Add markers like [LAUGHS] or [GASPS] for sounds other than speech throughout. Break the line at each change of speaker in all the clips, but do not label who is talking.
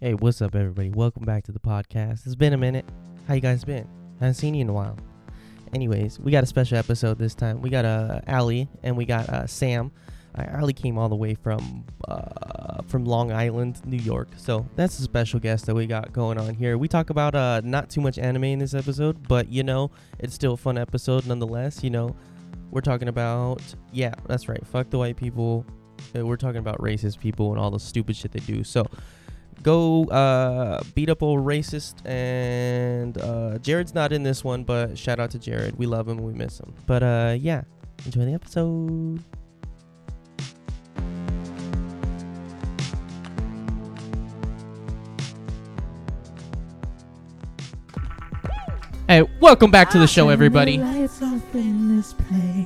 Hey, what's up, everybody? Welcome back to the podcast. It's been a minute. How you guys been? I haven't seen you in a while. Anyways, we got a special episode this time. We got uh, Allie and we got uh, Sam. Uh, Allie came all the way from uh, from Long Island, New York. So that's a special guest that we got going on here. We talk about uh, not too much anime in this episode, but you know, it's still a fun episode nonetheless. You know, we're talking about yeah, that's right. Fuck the white people. Uh, We're talking about racist people and all the stupid shit they do. So go uh, beat up old racist and uh, jared's not in this one but shout out to jared we love him we miss him but uh, yeah enjoy the episode hey welcome back to the show everybody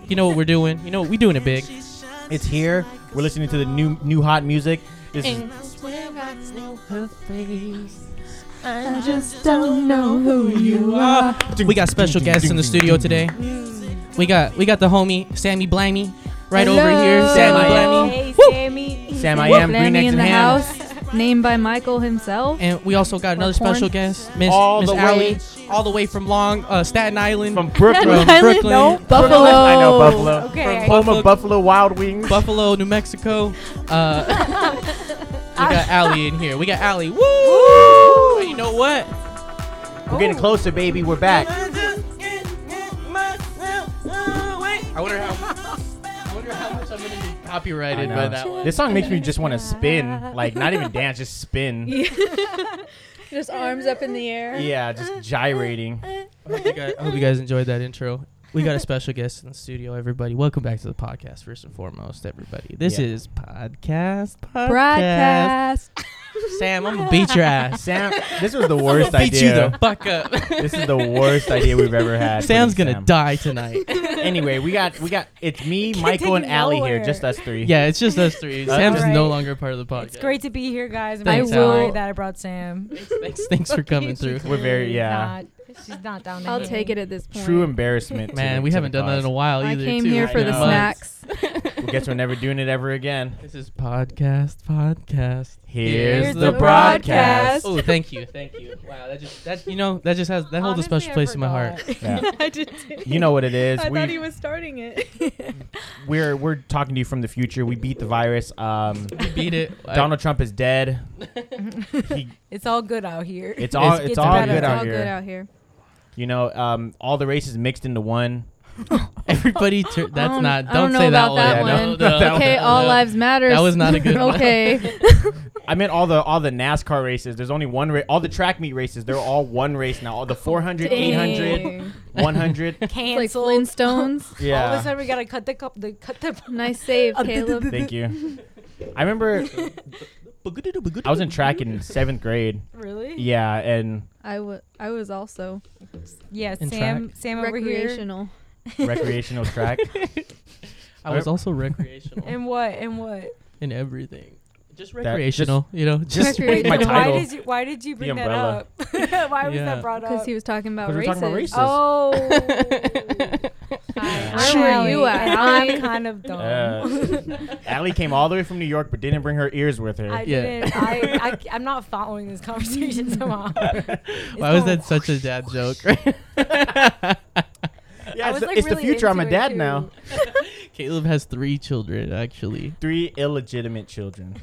you know what we're doing you know what we're doing it big
It's here. We're listening to the new new hot music. This is
I just don't know who you are.
we got special guests in the studio today we got we got the homie sammy blamey right over here sammy blamey
Hey,
Woo!
Sammy.
Sam I Am, Green
Lemmy
Eggs
in
and
the
Ham.
house, named by Michael himself.
And we also got another
corn.
special guest, Miss
All
Miss
the
Allie,
way-
all the way from Long uh, Staten Island,
From
[LAUGHS]
Brooklyn.
From
Island?
Brooklyn,
No.
[LAUGHS]
Buffalo.
I know Buffalo.
Okay.
Home
Buffalo-
of Buffalo Wild Wings.
Buffalo, New Mexico. Uh, we got Allie in here. We got Allie. Woo! And You know what?
We're getting closer, baby. We're back.
I wonder how. I wonder how much I'm gonna be
I
copyrighted by
know.
that one.
This song makes me just want to spin, like not even dance, just spin.
Just arms up in the air.
Yeah, just gyrating.
I hope, you guys, I hope you guys enjoyed that intro. We got a special guest in the studio, everybody. Welcome back to the podcast, first and foremost, everybody. This
Yeah.
is podcast, podcast.
Broadcast.
Sam, I'm gonna beat your
[LAUGHS]
ass.
Sam, this was the worst
beat you the
idea.
fuck
[LAUGHS]
up.
This is the worst idea we've ever had.
Sam's
Please,
gonna
Sam.
die tonight.
[LAUGHS] Anyway, we got we got it's me,
Can't
Michael,
take
and Allie here,
nowhere.
just us three.
yeah, it's just us three.
That's
Sam's
right.
no longer part of the podcast.
It's great to be here, guys. I'm
Thanks,
sorry
Allie.
that I brought Sam.
Thanks, thanks for coming through.
We're very
She's
yeah.
not- she's not down. to
I'll
hang.
take it at this point.
True embarrassment. to the-
Man, we
to
haven't
the
done that in
cause.
a while
I
either.
came
too.
here
I
for the
know.
snacks.
Well, guess we're never doing it ever again.
This is podcast,
[LAUGHS]
podcast.
[LAUGHS] Here's,
Here's
the,
the
broadcast.
broadcast.
Oh, thank you, thank you. Wow, that just that you know that just has that holds a
Honestly,
special
I
place in my heart.
forgot. [LAUGHS]
Yeah.
I did too.
You know what it is. we,
was starting it.
we're we're talking to you from the future. We beat the virus. Um,
Beat it, I-
Donald Trump is dead. He,
It's all good out here.
it's all
It's
getting
it's, all
better.
good
it's
out
all
here.
good out here.
You know, um, all the races mixed into one.
[LAUGHS] Everybody, tur- that's
Um,
not.
I
Don't,
don't know
say
about that
one.
one.
No, [LAUGHS] no, no,
okay, all
no.
lives matter.
That was not a
[LAUGHS]
good one.
okay.
I meant all the all the NASCAR races. There's only one race. All the track meet races. They're all one race now. All the 400, 800,
Dang.
[LAUGHS]
100.
Like
canceled.
[LAUGHS]
Flintstones.
All of a
Yeah.
sudden, [LAUGHS] we gotta cut the cup. The cut the. [LAUGHS]
nice save,
Uh,
Caleb.
Thank you. I remember I was in track in seventh grade.
Really?
Yeah, and
I wa- I was also
Yeah.
In
Sam. Sam over here.
recreational.
[LAUGHS]
recreational track.
I was also recreational
And what? And what?
in everything. Just
just-
recreational, you [LAUGHS] know. Just
Just with my
Recreational.
Why
title.
did you? Why did you bring that
umbrella.
up? why was
Yeah.
that brought up?
Because he was talking about
'Cause we're
races.
talking about
Oh.
races.
Hi,
I'm
where were
Allie,
you at?
and [LAUGHS] I'm kind of dumb.
Uh, Allie came all the way from New York, but didn't bring her ears with
[LAUGHS]
her.
I
Yeah.
didn't. I, I, I'm not following this conversation
[LAUGHS]
[LAUGHS] somehow.
Why was that such a dad joke? [LAUGHS]
yeah,
was,
it's, the-
like,
it's
really
the future. I'm a
into it,
dad
too.
now.
Caleb has three children, actually.
Three illegitimate children.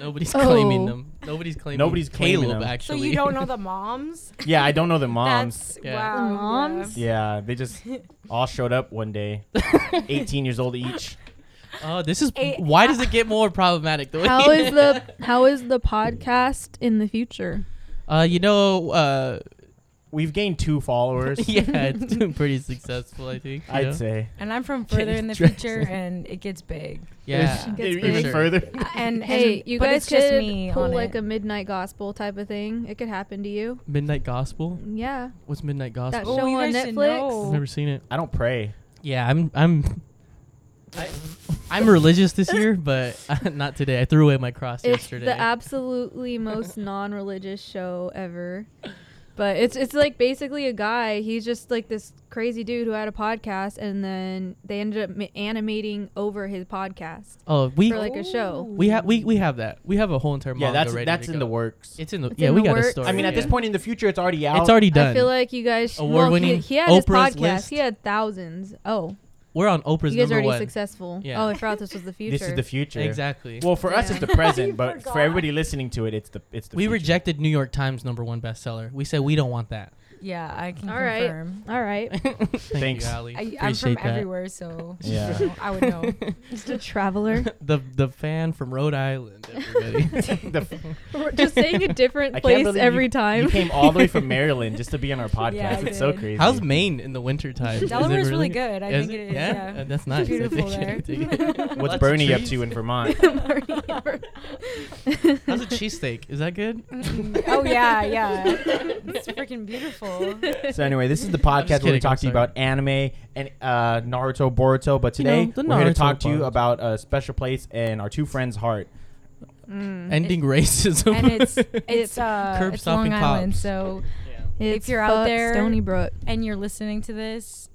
Nobody's
Oh.
claiming them. Nobody's claiming.
Nobody's claiming
Caleb,
them.
So
actually.
you don't know the moms?
Yeah, I don't know the
[LAUGHS]
moms.
That's,
Yeah.
Wow.
The moms?
yeah, they just all showed up one day, 18 years old each.
[LAUGHS] oh, this is.
Eight-
why does it get more problematic? The way
[LAUGHS]
how is the how is the podcast in the future?
Uh, you know, uh, [LAUGHS]
We've gained two followers,
yeah, it's doing pretty successful, I think. you know?
I'd say.
And I'm from further in the
Dress.
future, and it gets big.
Yeah.
Gets
Even
big.
further.
And
Hey,
and-
you
but
guys
it's just
could
me
pull
on
like
it.
a midnight gospel type of thing. It could happen to you.
Midnight Gospel.
Yeah,
What's Midnight
that
Gospel?
Oh,
show
you
on
guys should
I've
know.
Netflix.
never seen it.
I don't pray.
Yeah, I'm. I'm. I, I'm religious this year, but [LAUGHS] not today. I threw away my cross
It's
yesterday.
[LAUGHS]
the absolutely most non-religious show ever. But it's it's like basically a guy. He's just like this crazy dude who had a podcast, and then they ended up ma- animating over his podcast
Oh, we
for like a show.
We have we, we have that. We have a whole entire
Yeah,
manga
that's
ready
that's
to
in
go.
the works.
It's in the
It's
yeah,
in
we
the
got a
works.
story.
I mean, at this
yeah.
point in the future, it's already out.
It's already done.
I feel like you guys. sh- Well, he,
Award-winning
he had his
Oprah's
podcast.
list.
He had thousands. Oh,
We're on Oprah's
you guys
number
are already
one.
successful.
Yeah.
Oh, I forgot this was the future.
[LAUGHS] This is the future.
Exactly.
Well, for us,
Yeah.
it's the present, but for
forgot.
everybody listening to it, it's the it's the.
we
future.
rejected New York Times number one bestseller. We said we don't want that.
Yeah, I can
All right.
confirm.
All right,
[LAUGHS]
Thank
Thanks.
you, Ali.
I, I'm
Appreciate
from
that.
everywhere, so
Yeah.
you know, I would know.
just
[LAUGHS]
a traveler.
the the fan from Rhode Island.
[LAUGHS]
Everybody.
The f-
We're just saying a different
I can't
place
believe
every
you,
time.
You came all the way from Maryland just to be on our podcast.
Yeah, I
it's so
did.
crazy.
How's Maine in the
[LAUGHS]
wintertime? Is it
Delaware's
really
really, good. I
Is
think
it?
it is.
Yeah,
Yeah.
Uh, that's nice. I [LAUGHS]
beautiful
dig it, I
there.
dig
[LAUGHS]
it. Lots
What's
of
Bernie up
trees.
to
[LAUGHS]
in
[LAUGHS]
Vermont?
How's a cheesesteak? Is that good?
Mm, [LAUGHS] oh yeah, yeah. It's freaking beautiful.
so anyway, this is the podcast where
kidding,
we
[LAUGHS] I'm
talk to you
sorry.
about anime and uh, Naruto, Boruto. But today
know, the
we're here to
Naruto
talk to you
part.
about a special place in our two friends' heart.
[LAUGHS]
Mm.
Ending racism.
And
[LAUGHS]
it's it's uh
Curb
it's
stopping
Long Island,
cops.
so
It's
you're out
fuck
there-
Stony Brook.
and you're listening to this,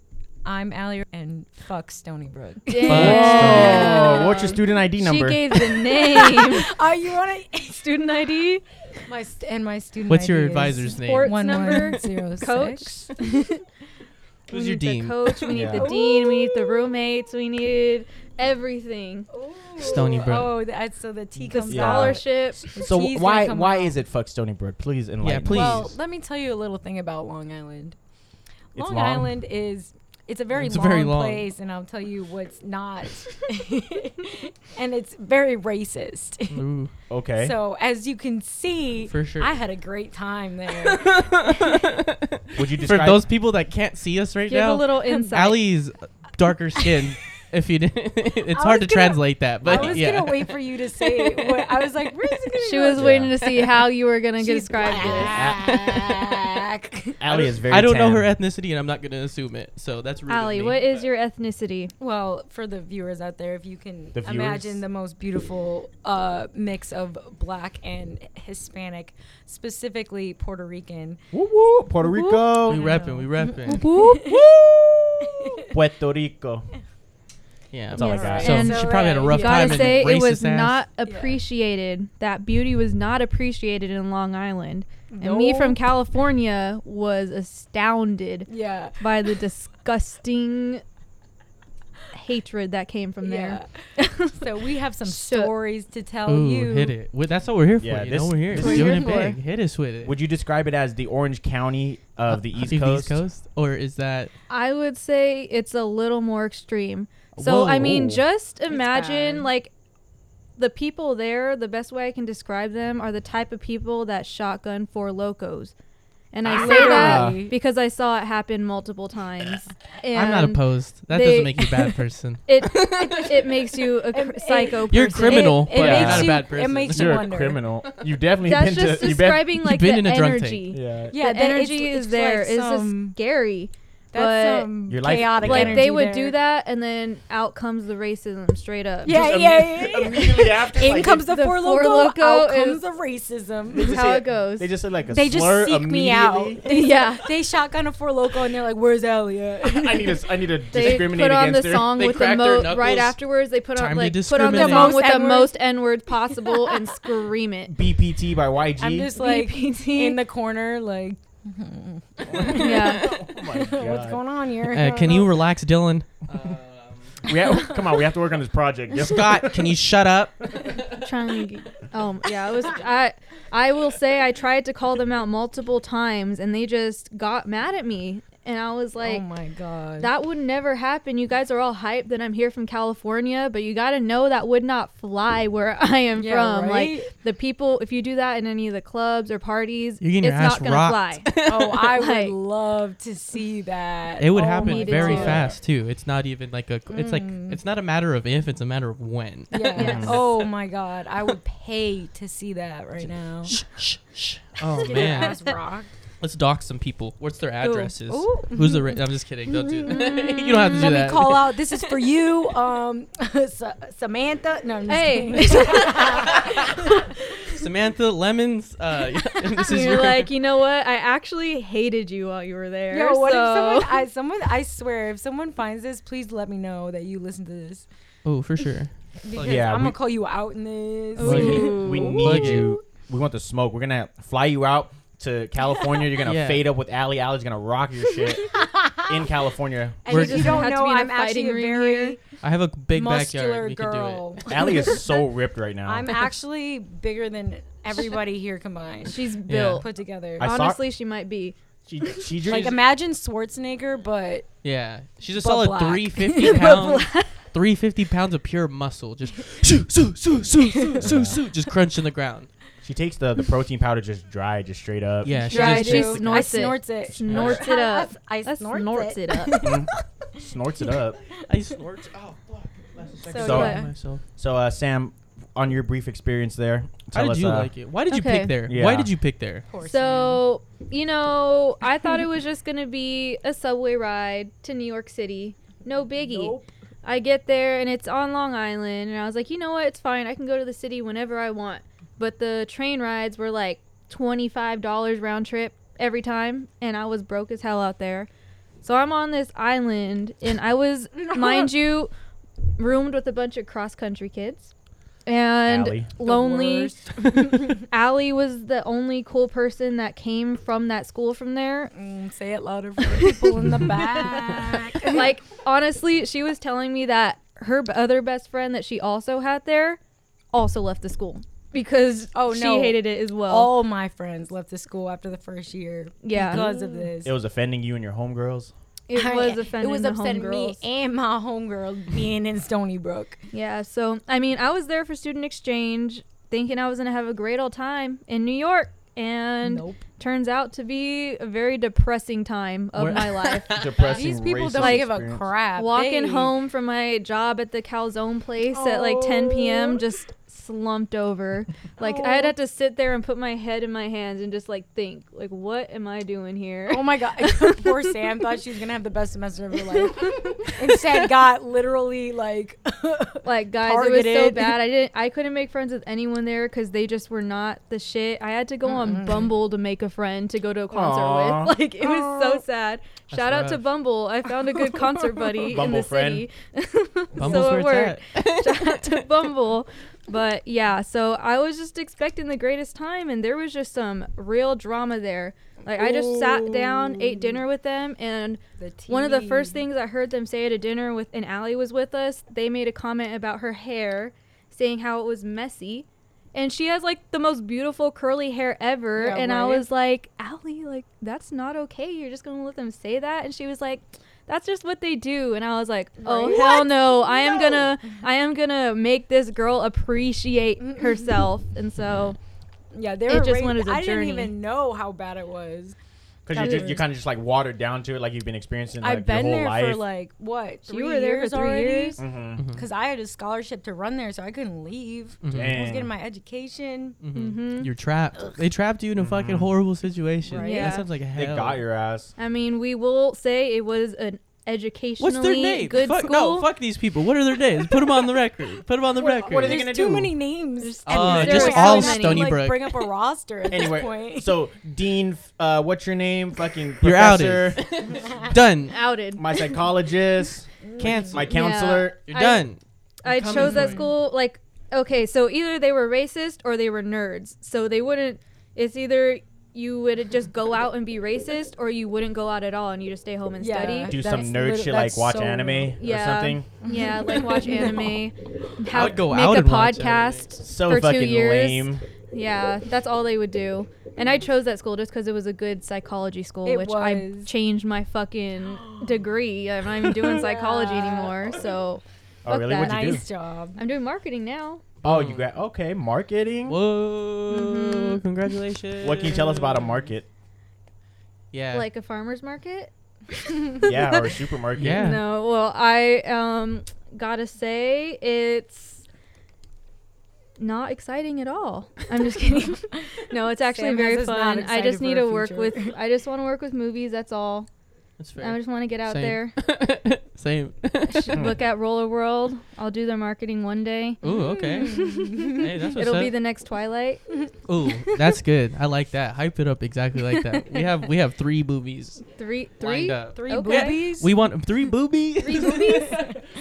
I'm Allie and fuck Stony
[LAUGHS]
Brook.
Damn.
Oh, what's your student ID number?
She gave the [LAUGHS] name.
Are you on it?
Student ID.
My st- and my student.
What's your
ID is
advisor's name?
Sports
One
number.
one zero six.
Coach.
Who's
we
your
need the
dean?
coach. We need
Yeah.
the dean. We need the roommates. We need everything.
Stony Brook.
Oh, that's so the tea
The
comes
Yeah.
out.
scholarship.
so
He's gonna
why
come
why
out.
is it fuck Stony Brook? Please enlighten. us.
please.
Well, let me tell you a little thing about Long Island.
It's
Long,
long?
Island is it's a very
It's
long
very long.
place, and I'll tell you what's not, [LAUGHS] and it's very racist.
Ooh,
Okay.
So as you can see,
for sure.
I had a great time there.
Would you
for
describe
those people that can't see us right
Give
now,
a little insight.
Allie's
[LAUGHS]
darker skin. if you didn't, [LAUGHS] it's
was
hard to
gonna-
translate that. [LAUGHS] But
I was
yeah,
gonna wait for you to say what I was like. Where's it gonna
She
go?
was
Yeah.
waiting to see how you were gonna
She's
describe
[LAUGHS]
this.
black.
Allie is very
I don't know her
tan.
ethnicity, and I'm not gonna assume it. So that's rude
Allie,
of me,
what is
but-
your ethnicity?
Well, for the viewers out there, if you can
The viewers?
imagine the most beautiful uh, mix of black and Hispanic, specifically Puerto
[LAUGHS]
Rican.
Woo woo, Puerto
We
Rico.
Oh,
repping, we
[LAUGHS]
repping.
Puerto Rico.
yeah,
That's all I got.
So
And
she probably had a rough
You gotta
time. and
say it was
racist ass.
not
Yeah.
appreciated. That beauty was not appreciated in Long Island. And me from California was astounded
yeah
by the disgusting hatred that came from there. [LAUGHS]
Yeah. so we have some
So-
stories to tell
Ooh,
Oh, you.
hit it. Well, that's what we're here for.
Yeah,
you
this-
know, we're here.
this
We're
is
doing
your
it
floor.
big. Hit us with it. Uh,
Would you describe it as the Orange County of the East Coast?
or is that
I would say it's a little more extreme. So
Whoa.
I mean, just
bad.
imagine like the people there. The best way I can describe them are the type of people that shotgun for locos. And I say
Ah.
that because I saw it happen multiple times. And
[LAUGHS] I'm not opposed. That
they-
doesn't make you a
[LAUGHS]
bad person.
It it makes you a cr-
It-
psycho.
You're a
person.
criminal,
It- it
but
makes
you're not
you-
a bad
it
person.
makes you-
You're a
wonder.
criminal. You've definitely
That's
been
just
to. You've been,
describing
You've
like
been
the
in a drunk tank.
energy.
yeah. [LAUGHS]
Yeah, that-
the
it's-
energy
it's
is there.
Like
It's
some,
just scary.
that's
but-
some
Your life-
chaotic
Yeah.
Like
energy
they would
there.
do that, and then out comes the racism straight up.
Yeah,
Just
yeah,
imme-
yeah,
[LAUGHS]
yeah.
Immediately after,
In
like,
comes the,
The
four
Four
loco,
Loko
out comes
is-
the
[LAUGHS]
racism.
they
That's
just
how
say-
it goes.
They just say like a
They just
slur
seek me out. [LAUGHS]
immediately.
They,
Yeah.
they shotgun a four loco and they're like, "Where's Allie at?"
[LAUGHS] I need to. I need to
they
discriminate
put on the
against her.
song
They
with the
crack their
most right
knuckles.
afterwards. They put
Time
on
to
like put on the
discriminate.
song with
Most
the
N-words.
most n words possible
[LAUGHS]
and scream it.
BPT by YG.
I'm just
[LAUGHS]
like
BPT.
in the corner, like,
yeah.
[LAUGHS]
oh my god.
what's going on here? I
Uh,
don't
can
know.
you relax, Dylan?
We have, come on, we have to work on this project.
[LAUGHS]
Just
Scott, can you shut
[LAUGHS]
up?
trying to get- um yeah, it was I I will say I tried to call them out multiple times and they just got mad at me and I was like
oh my god.
that would never happen. You guys are all hyped that I'm here from California, but you got to know that would not fly where [LAUGHS] I am
Yeah,
from.
right?
Like the people, if you do that in any of the clubs or parties,
You're getting
it's
your ass
not gonna
rocked.
[LAUGHS] fly.
oh, I
Like-
would love to see that.
It would
Oh my
happen very
God.
fast too. It's not even like a. It's like it's not a matter of if. It's a matter of when.
Mm. [LAUGHS] Yeah.
[LAUGHS] Yes.
Oh my god, I would pay to see that right
[LAUGHS]
now.
Shh, shh,
[LAUGHS]
shh. Oh
Get your
man,
ass rocked.
let's dox some people. What's their addresses?
Ooh. Mm-hmm.
Who's the? Ra- I'm just kidding. Don't do that. [LAUGHS] you don't have to do
Let
that.
me call
[LAUGHS]
out. This is for you, [LAUGHS] um, Sa- Samantha. No, I'm just
Hey.
kidding.
Samantha Lemons. Uh, [LAUGHS] this is
[LAUGHS] You're
your-
like, you know what? I actually hated you while you were there.
Yo, what
so-
if [LAUGHS]
[LAUGHS]
someone I, someone, I swear, if someone finds this, please let me know that you listened to this.
[LAUGHS] Oh, for sure.
Because
yeah,
I'm
we-
going to call you out in this.
Ooh.
We,
Ooh.
we
Plug
need
it.
you. We want the smoke. We're gonna fly you out to California. You're gonna
Yeah.
fade up with Allie. Allie's gonna rock your shit
[LAUGHS]
in California.
And
We're-
if you
Just
don't
have to
know,
be in a
I'm actually
fighting
a
ring
very
here.
I have a big backyard.
muscular
We
girl.
Allie is so ripped right
[LAUGHS]
now.
I'm actually bigger than everybody here combined,
she's built.
put together.
I saw-
Honestly, she might be.
she she
like
drinks.
imagine Schwarzenegger, but
could do it. Yeah, she's a
But
solid
black.
350 pounds. 350 pounds of pure muscle, just shoo, shoo, shoo, shoo, shoo, shoo, shoo, just crunching the ground.
she takes the, the protein powder just dry, just straight up.
Yeah, she
Dry
just
juice.
just-
I
snorts it.
snorts it.
Snorts it up.
[LAUGHS] I
That
snorts
snorts
it. [LAUGHS]
it up.
Mm. snorts it up.
I snort. Oh, fuck. Last second
So
I caught
good.
myself.
So uh, Sam, on your brief experience there,
How
tell
did
us
you
uh,
like it? Why did you
Okay.
pick there?
Yeah.
Why did you pick there?
Poor Sam.
So, you know, I thought it was just going to be a subway ride to New York City. No biggie.
Nope.
I get there and it's on Long Island, and I was like, you know what? It's fine. I can go to the city whenever I want. But the train rides were like $25 round trip every time, and I was broke as hell out there. So I'm on this island, and
[LAUGHS]
I was, mind you, roomed with a bunch of cross country kids. And
Allie?
The
lonely.
worst.
Allie was the only cool person that came from that school from there. [LAUGHS]
Mm, say it louder for the people in the back.
like honestly, she was telling me that her b- other best friend that she also had there also left the school [LAUGHS] because
Oh,
she
no. Oh,
hated it as well.
all my friends left the school after the first year
Yeah.
because of this.
It was offending you and your homegirls.
it
I-
was offending.
It was
the
upsetting me
homegirls.
and my homegirl being in Stony Brook.
Yeah, so I mean, I was there for student exchange, thinking I was gonna have a great old time in New York, and
nope.
turns out to be a very depressing time of
Where-
[LAUGHS]
my life.
[LAUGHS] Depressing.
These people
racist
don't give a
experience.
crap.
Walking
They-
home from my job at the calzone place at like 10 p.m.
Oh.
just slumped over. Like
Oh.
I'd have to sit there and put my head in my hands and just like think, like what am I doing here?
Oh my god! [LAUGHS] Poor Sam thought she was gonna have the best semester of her
[LAUGHS]
life. Instead, got literally like
[LAUGHS]
[LAUGHS]
like guys, it was so
Targeted.
bad. I didn't, I couldn't make friends with anyone there because they just were not the shit. I had to go on Bumble to make a friend to go to a concert
Aw.
with. [LAUGHS] Like it was so sad.
That's
Shout out to
rough.
Bumble. I found a good concert buddy in
Bumble
the
friend.
city. [LAUGHS]
Bumble's
so
where
it
it's
worked.
at.
[LAUGHS] Shout out to Bumble. But yeah, so I was just expecting the greatest time, and there was just some real drama there. Like, I just sat down, ate dinner with them, and
the
one of the
tea.
first things I heard them say at a dinner with, and Allie was with us, they made a comment about her hair, saying how it was messy. And she has like the most beautiful curly hair ever.
Yeah,
and I
right?
was like, Allie, like, that's not okay. You're just going to let them say that. And she was like, that's just what they do. And I was like, oh,
Right?
hell no. I am going to, I am going to make this girl appreciate herself. And so,
Yeah, they
It
were.
just
raised-
went as a
I didn't
journey.
even know how bad it was.
Because you're, just- you're kind of just like watered down to it, like you've been experiencing like
I've been
your whole
there
life.
for like what? Three
You were there for
years
three
already?
years?
Mhm.
Because I had a scholarship to run there, so I couldn't leave.
Mm-hmm.
I was
Dang.
getting my education.
mhm.
Mm-hmm. You're trapped. They trapped you in a fucking horrible situation.
Right.
Yeah.
That sounds like
Mm-hmm. They
hell.
got your ass.
I mean, we will say it was an educationally
What's their name?
good
fuck,
school.
No, fuck these people. What are their names? Put them on the record. Put them on the record.
what are they
There's too
gonna do?
many names.
Oh,
And
just
they're
all
having to,
Stony
like,
Brook.
Bring up a roster [LAUGHS]
[LAUGHS]
at this
Anyway,
point.
so Dean, uh, what's your name? [LAUGHS] Fucking
You're
professor,
done.
Outed.
my psychologist,
Cancel.
my counselor.
You're
I-
done.
I
coming
chose that
for you.
school like okay, so either they were racist or they were nerds. So they wouldn't it's either you would just go out and be racist or you wouldn't go out at all and you just stay home and
Yeah.
study.
[LAUGHS]
Do
That's
some
lit-
nerd shit like
that's
watch
so
anime
rude.
Yeah.
or something.
Yeah,
[LAUGHS]
like watch anime.
I
How
would go
make
out
a
and watch
podcast.
So
For two
fucking
years.
lame.
Yeah, that's all they would do. And I chose that school just cuz it was a good psychology school,
It
which I
was.
changed
[GASPS]
my fucking degree. I'm not even doing psychology
Yeah.
anymore.
[LAUGHS]
So
Oh
Fuck
really?
that.
What'd you do?
nice job.
I'm doing marketing now.
Oh, you got okay marketing.
Whoa!
Mm-hmm.
Congratulations.
What can you tell us about
[LAUGHS]
a market?
Yeah.
Like a farmers market.
Yeah, or a supermarket.
Yeah.
No, well, I um gotta say it's not exciting at all. I'm just
[LAUGHS]
kidding. no, it's actually
Sam
very
is not
fun. I
excited
just
for
need
her
to work
future.
with. I just want to work with movies. That's all.
That's
I
fair.
just want to get out
Same. [LAUGHS]
there.
Same.
Should look at Roller World. I'll do their marketing one day.
Ooh,
[LAUGHS]
okay. hey, that's what's
It'll
up.
be the next Twilight.
Ooh, that's good. I like that. Hype it up exactly like that. We have we have three boobies.
Three,
lined
three.
up.
Three
Okay.
boobies.
We want three boobies. [LAUGHS]
Three boobies.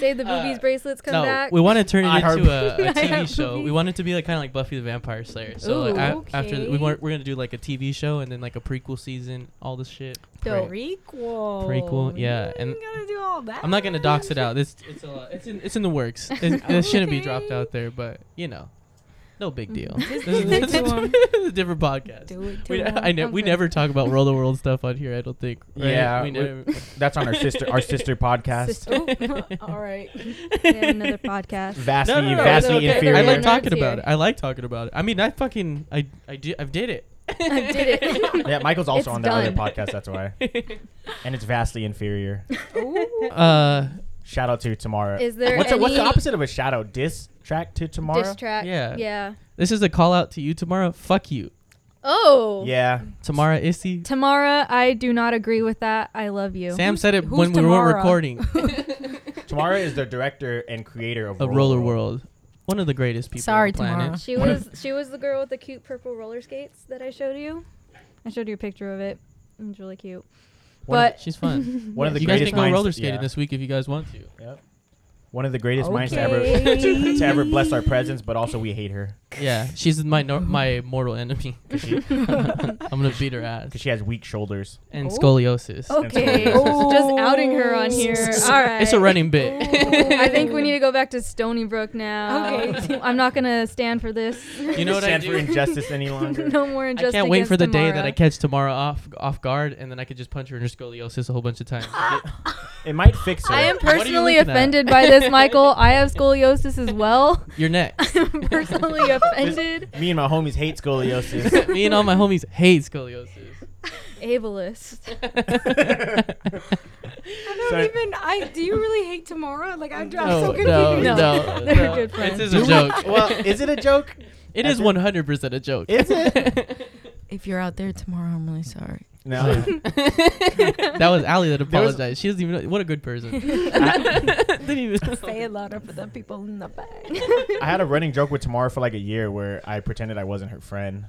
Say the boobies
Uh,
bracelets come
no,
back.
we want to turn it
I heard-
into a, a
[LAUGHS] I heard
TV show. We
boobies. Oh,
want it to be like kind of like Buffy the Vampire Slayer. So
Ooh,
like a- after th- we
okay.
want, we're gonna do like a TV show and then like a prequel season, all this shit.
Dope.
prequel.
Prequel, yeah,
You
and-
gotta do all that.
I'm not gonna dox
[LAUGHS]
it out. This it's a lot. It's in it's in the works. It, it shouldn't be dropped
Okay.
out there, but you know, no big deal. [LAUGHS] this,
Just
is,
do it
this
to 'em.
is [LAUGHS] a different podcast.
Do it to
We,
'em.
I ne- we
Okay.
never talk about world of world stuff on here. I don't think. right?
Yeah,
we
[LAUGHS]
we-
never.
That's on our sister our sister podcast.
Sister.
Oh,
[LAUGHS]
[LAUGHS] [LAUGHS] all right.
We have another podcast.
Vastly,
No, no, no,
vastly
it's okay.
inferior.
I like
Nerds
talking about
here.
it. I like talking about it. I mean, I fucking I I did I did it.
[LAUGHS] I did
[LAUGHS]
it.
yeah, Michael's also
It's
on that other
done.
podcast. That's why, and it's vastly inferior.
Ooh.
Uh,
Shout out to tomorrow.
Is there
what's,
any
a, what's the opposite of a shadow? Diss track to tomorrow.
diss track?
Yeah.
Yeah.
this is a call out to you, Tamara. Fuck you,
Oh.
yeah,
Tamara Issy.
Tamara, I do not agree with that. I love you.
Sam said it
who's
when we weren't
Tamara?
recording.
Tamara is the director and creator of
A Roller World, one of the greatest people.
Sorry,
on the planet.
Tamara.
She was she was the girl with the cute purple roller skates that I showed you. I showed you a picture of it. It was really cute.
One of
But
She's
[LAUGHS]
fun.
One of the
you guys
greatest
can go
minds-
roller skating
yeah.
this week if you guys want to.
One of the greatest minds to ever
Okay.
[LAUGHS] to ever bless our presence, but also we hate her
Yeah, she's my nor- my mortal enemy. [LAUGHS]
because she,
I'm gonna beat her ass [LAUGHS]
'cause she has weak shoulders.
and
Oh.
scoliosis.
Okay, [LAUGHS]
Oh.
just outing her
[LAUGHS]
on here. All right.
Oh. It's a running bit.
[LAUGHS]
[LAUGHS]
I think we need to go back to Stony Brook now.
Okay.
[LAUGHS] I'm not gonna stand for this.
You know what I
Stand for
do?
injustice any longer.
[LAUGHS] no more injustice.
I can't wait for the
against
day that I
Tamara.
catch Tamara off off guard, and then I could just punch her in her scoliosis a whole bunch of
[GASPS]
times.
It might fix her.
I am
What are you
personally
looking at?
offended
[LAUGHS]
by this, Michael. I have scoliosis as well.
Your neck.
[LAUGHS]
[LAUGHS]
I'm personally offended.
Me and my homies hate
[LAUGHS]
[LAUGHS]
scoliosis.
Me and all my homies hate scoliosis. [LAUGHS]
Ableist.
I don't
Sorry.
even. I do you really hate Tamara? Like I'm, I'm so
no,
confused.
no,
No.
no,
[LAUGHS] They're
no.
good friends.
This is
Do
a
we-
joke. [LAUGHS]
well, is it a joke?
It is 100% a joke.
[LAUGHS]
Is it?
If you're out there tomorrow, I'm really sorry.
No.
that was Allie that
There was-
apologized. she doesn't even know. What a good person. Didn't even-
[LAUGHS] Say it louder for the people in the back.
I had a running joke with Tamara for like a year where I pretended I wasn't her friend.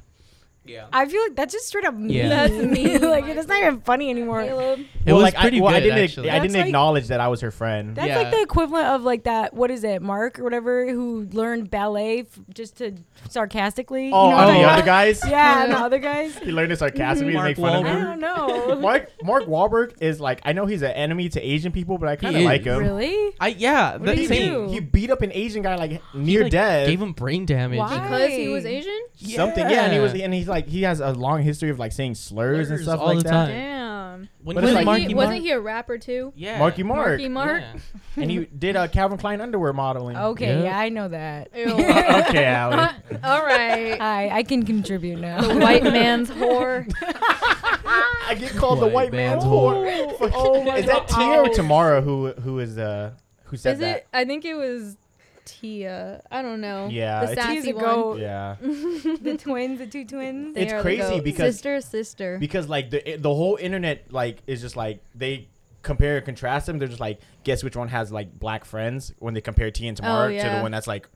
I feel like that's just straight up mean.
Yeah. That's
[LAUGHS]
mean.
like it's not even funny anymore.
Caleb.
It
well,
was
like,
pretty
I, well, I
good,
didn't,
actually.
I
That's
didn't
like-
acknowledge that I was her friend.
That's
Yeah.
like the equivalent of like that. What is it, Mark or whatever, who learned ballet f- just to sarcastically?
oh,
you know
are
what I'm
the
talking
other guys?
about? Yeah, and
[LAUGHS]
the other guys.
He learned it sarcastically to
Mark
make fun
I
Wahlberg.
of [LAUGHS]
don't know.
him. Mark Mark Wahlberg is like I know he's an enemy to Asian people, but I kind of
is.
like him.
Really?
I, yeah,
What
that
did
He,
he
same.
do?
he beat up an Asian guy like
he,
near
like,
dead.
Gave him brain damage.
Why?
Because he was
Hey.
Asian?
[LAUGHS] something. Yeah, and he was
Yeah.
and he's like he has a long history of like saying slurs, and
Slurs
stuff
all
like
the
that.
time.
Damn.
When
But
he
it's
was
like-
Wasn't,
Marky
he,
Mark.
wasn't he a rapper too?
Yeah.
Marky Mark.
Marky Mark?
Yeah.
And he did uh, Calvin Klein underwear modeling.
Okay,
Yeah.
yeah, I know that.
Ew.
[LAUGHS] okay, Allie.
[LAUGHS] All
[LAUGHS]
right.
[LAUGHS] I I can contribute now.
The white
[LAUGHS]
[LAUGHS] man's whore.
I get called the
White
white man's
man's
whore. Fuck.
Oh my
is that
God.
Tia or Tamara who who is uh who said
Is
that?
it? I think it was Tia. I don't know.
Yeah,
The
it's-
sassy
She's a
one.
goat.
Yeah,
the twins, the two twins.
They
It's
are the
crazy
goat.
because-
sister, sister.
because like the the whole internet like is just like they compare and contrast them. They're just like guess which one has like black friends when they compare Tia and Tamara to
Oh, yeah.
the one that's like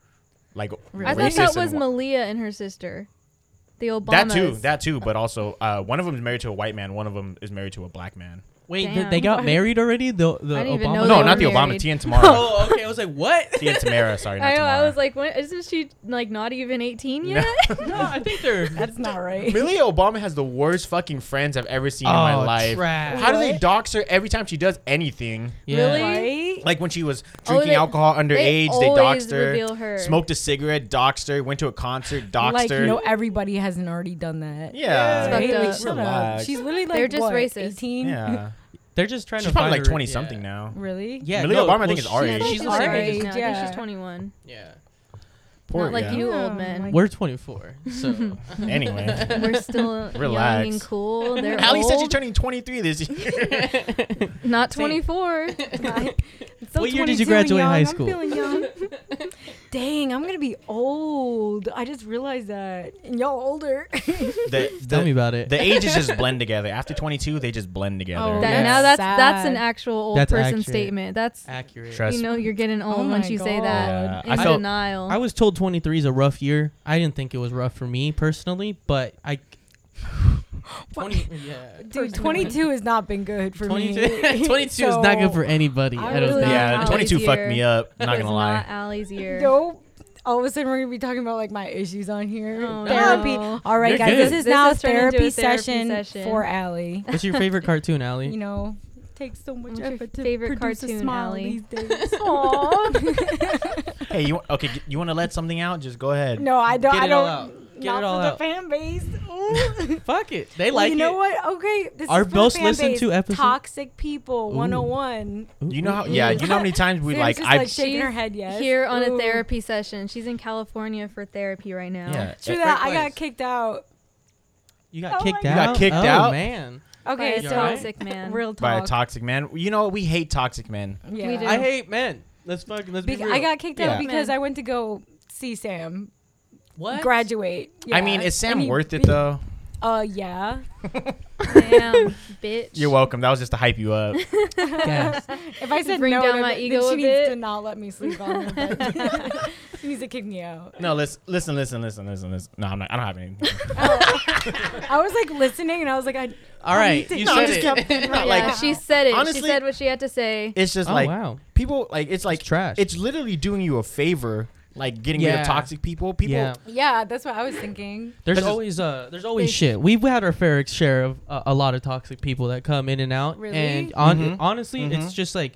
like
I
racist.
thought that
and
was
wha-
Malia and her sister, the Obamas.
that too, that too, but also uh, one of them is married to a white man, one of them is married to a black man.
Wait, th-
Damn.
they got married already? The the
I didn't
Obama.
even know
no,
they
not the
were
Obama.
married.
Tia
[LAUGHS]
[LAUGHS]
and Tamara.
Oh, okay. I was like, what?
Tia and Tamara. Sorry, not
I know.
Tamara.
I was like, when, isn't she like not even 18
[LAUGHS] No.
yet?
no, I think they're
That's not right.
Millie Obama has the worst fucking friends I've ever seen in my
Oh,
life.
crap.
How do they dox her every time she does anything?
Really?
Right?
Like when she was
Oh,
drinking
they-
alcohol underage, they,
always
doxed her.
reveal her.
Smoked a cigarette, doxed her. Went to a concert, doxed
Like,
her.
you know, everybody hasn't already done that.
yeah.
It's fucked
Right? Like,
up.
shut up.
Relax.
She's literally like
They're just
what,
racist.
18?
yeah.
they're just trying
She's
to find
probably like
her-
20
yeah.
something now.
Really?
Yeah,
[LAUGHS]
Millie
no,
Obama, I
well,
think, is our
she-
age.
She's the
Our
same
Alright,
age.
age.
now. I think
yeah.
she's 21.
Yeah.
Poor
Not like
guy.
you
Yeah.
old men.
We're 24, so
[LAUGHS] Anyway.
[LAUGHS] We're
[LAUGHS]
still
Relax.
young and cool.
[LAUGHS]
They're
Allie
old.
said she's turning 23 this
[LAUGHS]
year.
Not
Same.
Oh,
24. [LAUGHS]
Still
What year did you
22
graduate
and young.
high
I'm
school?
feeling young. Dang, I'm gonna be old. I just realized that. And y'all older.
the,
Tell me
the,
about it.
the ages just blend together. After 22, they just blend together.
Oh,
That,
That's
now that's that's an
sad.
actual old
That's
person
accurate.
statement. That's
Accurate.
Trust-
you know you're getting old
Oh
once
my
you say that.
Yeah,
In
I felt
denial.
I was told 23 is a rough year. I didn't think it was rough for me personally, but I. [SIGHS] 20, yeah.
[LAUGHS] Dude,
[LAUGHS]
22 has not been good [LAUGHS] for
22, [LAUGHS]
[LAUGHS] me.
22 is not good for anybody.
I
I, don't
really- [LAUGHS]
think.
yeah,
Allie's
22 fucked
year.
me up. Not
It
gonna
was
lie.
Not Allie's year.
Nope. All of a sudden, we're gonna be talking about like my issues on here.
Oh,
therapy.
no.
All right,
You're
guys.
good.
This is
This
now
has turned into
therapy,
a therapy
session,
session.
for Allie.
What's your favorite cartoon,
You
Allie?
know, takes so much
What's your
effort to
favorite
produce
cartoon,
a smile
Allie?
these
[LAUGHS]
days.
Hey, you want- okay? g- You want to let something out? Just go ahead.
no, I don't.
Get
I
it
don't.
all out. Get
not
it all
for
out.
the
[LAUGHS]
fan base. Ooh.
Fuck it. They
Well,
like
you know
it.
what? Okay, this
Our
is for the
most
fan
listened
base.
to episode-
Toxic people 101.
Ooh,
You know
ooh,
how?
ooh.
Yeah. You know how many times we
Sam's
like?
just
I
like shaking her
She's
head. Yes,
Here on
Ooh.
a therapy session. She's in California for therapy right now.
yeah.
True
eh,
Great
that. I
place.
got kicked out.
You
Oh
got
my
kicked
God.
out.
You got kicked
oh,
out?
Man.
By
Okay,
a
You
so
alright?
toxic man.
real talk.
By a toxic man. You know we hate toxic men.
Yeah.
We do.
I hate men. Let's fucking let's
Be-
be real.
I got kicked
Yeah.
out because I went to go see Sam
what?
graduate.
I mean, is Sam
And he-
worth it though?
Uh, yeah.
[LAUGHS] Damn, bitch. [LAUGHS]
You're welcome. That was just to hype you up.
Gas.
If [LAUGHS] I said
Bring
no,
down
then-
my
then
ego
she
a
needs
bit.
to not let me sleep on her.
[LAUGHS]
bed. [LAUGHS] she needs to kick me out.
No, listen, listen, listen, listen, listen, listen. No, I'm not. I don't have anything.
Oh.
I was like listening, and I was like, I
All right. [LAUGHS]
to-
You
No,
said
just
it.
Yeah,
[LAUGHS] like-
she said it.
Honestly-
she said what she had to say.
It's just
oh
like
wow.
people like it's like
trash.
It's literally doing you a favor, like getting rid
Yeah.
of toxic people. People.
yeah.
yeah, that's what I was thinking.
There's
This is-
always uh, there's always shit. We've had our fair share of uh, a lot of toxic people that come in and out.
Really?
And on,
Mhm.
honestly, it's
Mhm.
just like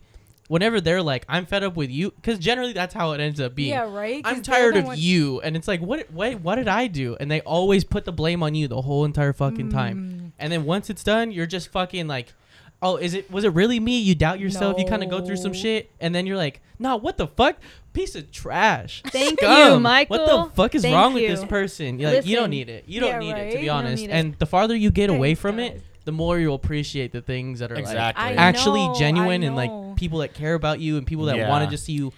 whenever they're like, "I'm fed up with you," because generally that's how it ends up being.
Yeah, right. 'Cause
I'm
they're
tired
the
of
ones-
you, and it's like, what, what, what did I do? And they always put the blame on you the whole entire fucking
Mm.
time. And then once it's done, you're just fucking like, oh, is it? Was it really me? You doubt yourself. You kind of go through some
No.
shit, and then you're like, nah, what the fuck? Piece of trash.
[LAUGHS] Thank you,
Scum.
Michael.
What the fuck is
Thank
wrong
you.
with this person? You're like, you don't
Listen.
need it. You don't
Yeah,
need it, to
right?
be
You don't
honest.
need it.
And the farther you get away
Thanks,
from
guys.
it, the more you'll appreciate the things that are like
Exactly.
I
actually
know, I
genuine and
know.
like people that care about you and people that
Yeah.
want to just see you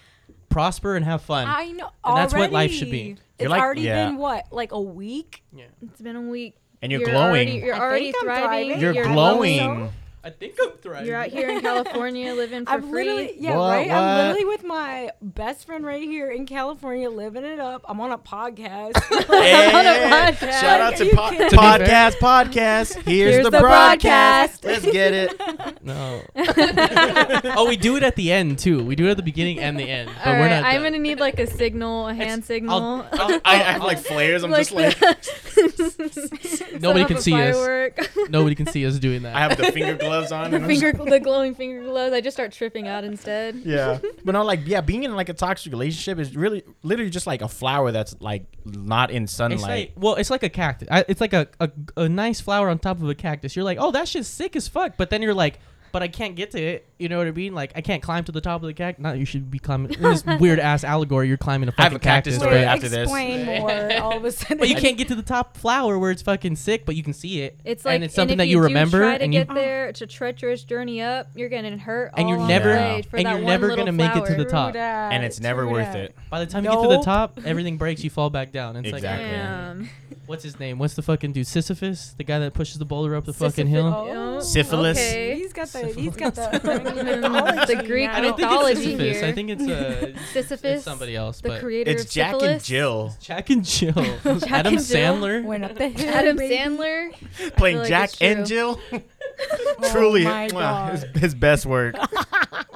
prosper and have fun.
I know.
And
already.
that's what life should be.
It's
You're like-
already
yeah.
been what, like a week?
It's been a week.
and you're,
already-
glowing.
you're
I
already
think I'm
thriving.
thriving.
You're,
You're
glowing.
I think I'm thriving.
You're out here in
[LAUGHS]
California living for
I'm
free.
literally, yeah,
What,
right.
what?
I'm literally with my best friend right here in California, living it up. I'm on a podcast. [LAUGHS]
Yeah. Shout out
Are
to
you
po-
kidding?
podcast, podcast. Here's,
Here's
the,
the
broadcast.
broadcast.
Let's get it.
[LAUGHS]
No. oh, we do it at the end too. We do it at the beginning and the end, but
All
Oh, we're
right,
not.
I'm
done.
gonna need like a signal, a hand signal. [LAUGHS]
I, I have like flares. I'm just like
[LAUGHS] Nobody can see us.
us.
Nobody can see us doing that.
I have the finger gloves on. and I'm just-
finger, [LAUGHS] the glowing finger gloves. I just start tripping out instead.
yeah, but no, like yeah, being in like a toxic relationship is really literally just like a flower that's like not in
it's
sunlight.
like well, it's like a cactus. I, it's like a, a a nice flower on top of a cactus. You're like, oh, that shit's sick as fuck. But then you're like, but I can't get to it. You know what I mean? Like I can't climb to the top of the cactus. Not you should be climbing. in
[LAUGHS]
this weird ass allegory. You're climbing a
I have
fucking
a cactus
cactus
story
but-
after- this.
Explain more. All of a sudden,
but you can't get to the top flower where it's fucking sick, but you can see it.
It's like
and it's something
if
that
you,
you
do
remember
Try to
and you
get there. It's a treacherous journey up. You're getting hurt.
And you're
all
never-
on the way for
and
that
you're
one
never
little
gonna make it to
flower.
the top.
and it's never worth it.
By the time you get to the
Nope.
top, everything breaks. You fall back down. It's
Exactly.
like,
Damn.
what's his name? What's the fucking dude? Sisyphus, the guy that pushes the boulder up the fucking
Sisyphus-
hill.
Oh.
Syphilis.
Okay.
He's got the. He's got the. [LAUGHS]
Mm, the Greek
I
I
don't
don't
think
mythology
it's Sisyphus.
here.
I think it's, uh, it's-
Sisyphus.
it's somebody else.
the
but
creator
It's
of
Jack and
syphilis.
Jill
Jack and Jill.
[LAUGHS]
Adam
and Jill.
Sandler.
went up the hill.
Adam
baby.
Sandler.
playing
like
Jack
it's true. [LAUGHS]
and Jill.
Oh
[LAUGHS] Truly,
my
mwah, his,
God.
his best work. Uncut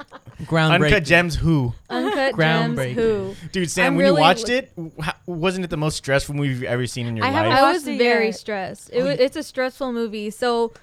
Groundbreaking.
Gems, who?
Uncut
Groundbreaking.
Gems. Who?
Dude, Sam,
I'm
when you
really
watched
li-
it, w- ho- wasn't it the most stressful movie you've ever seen in your
I haven't
life?
I
watched
was
it
very
yet.
stressed.
Oh,
It was, it's a stressful movie. So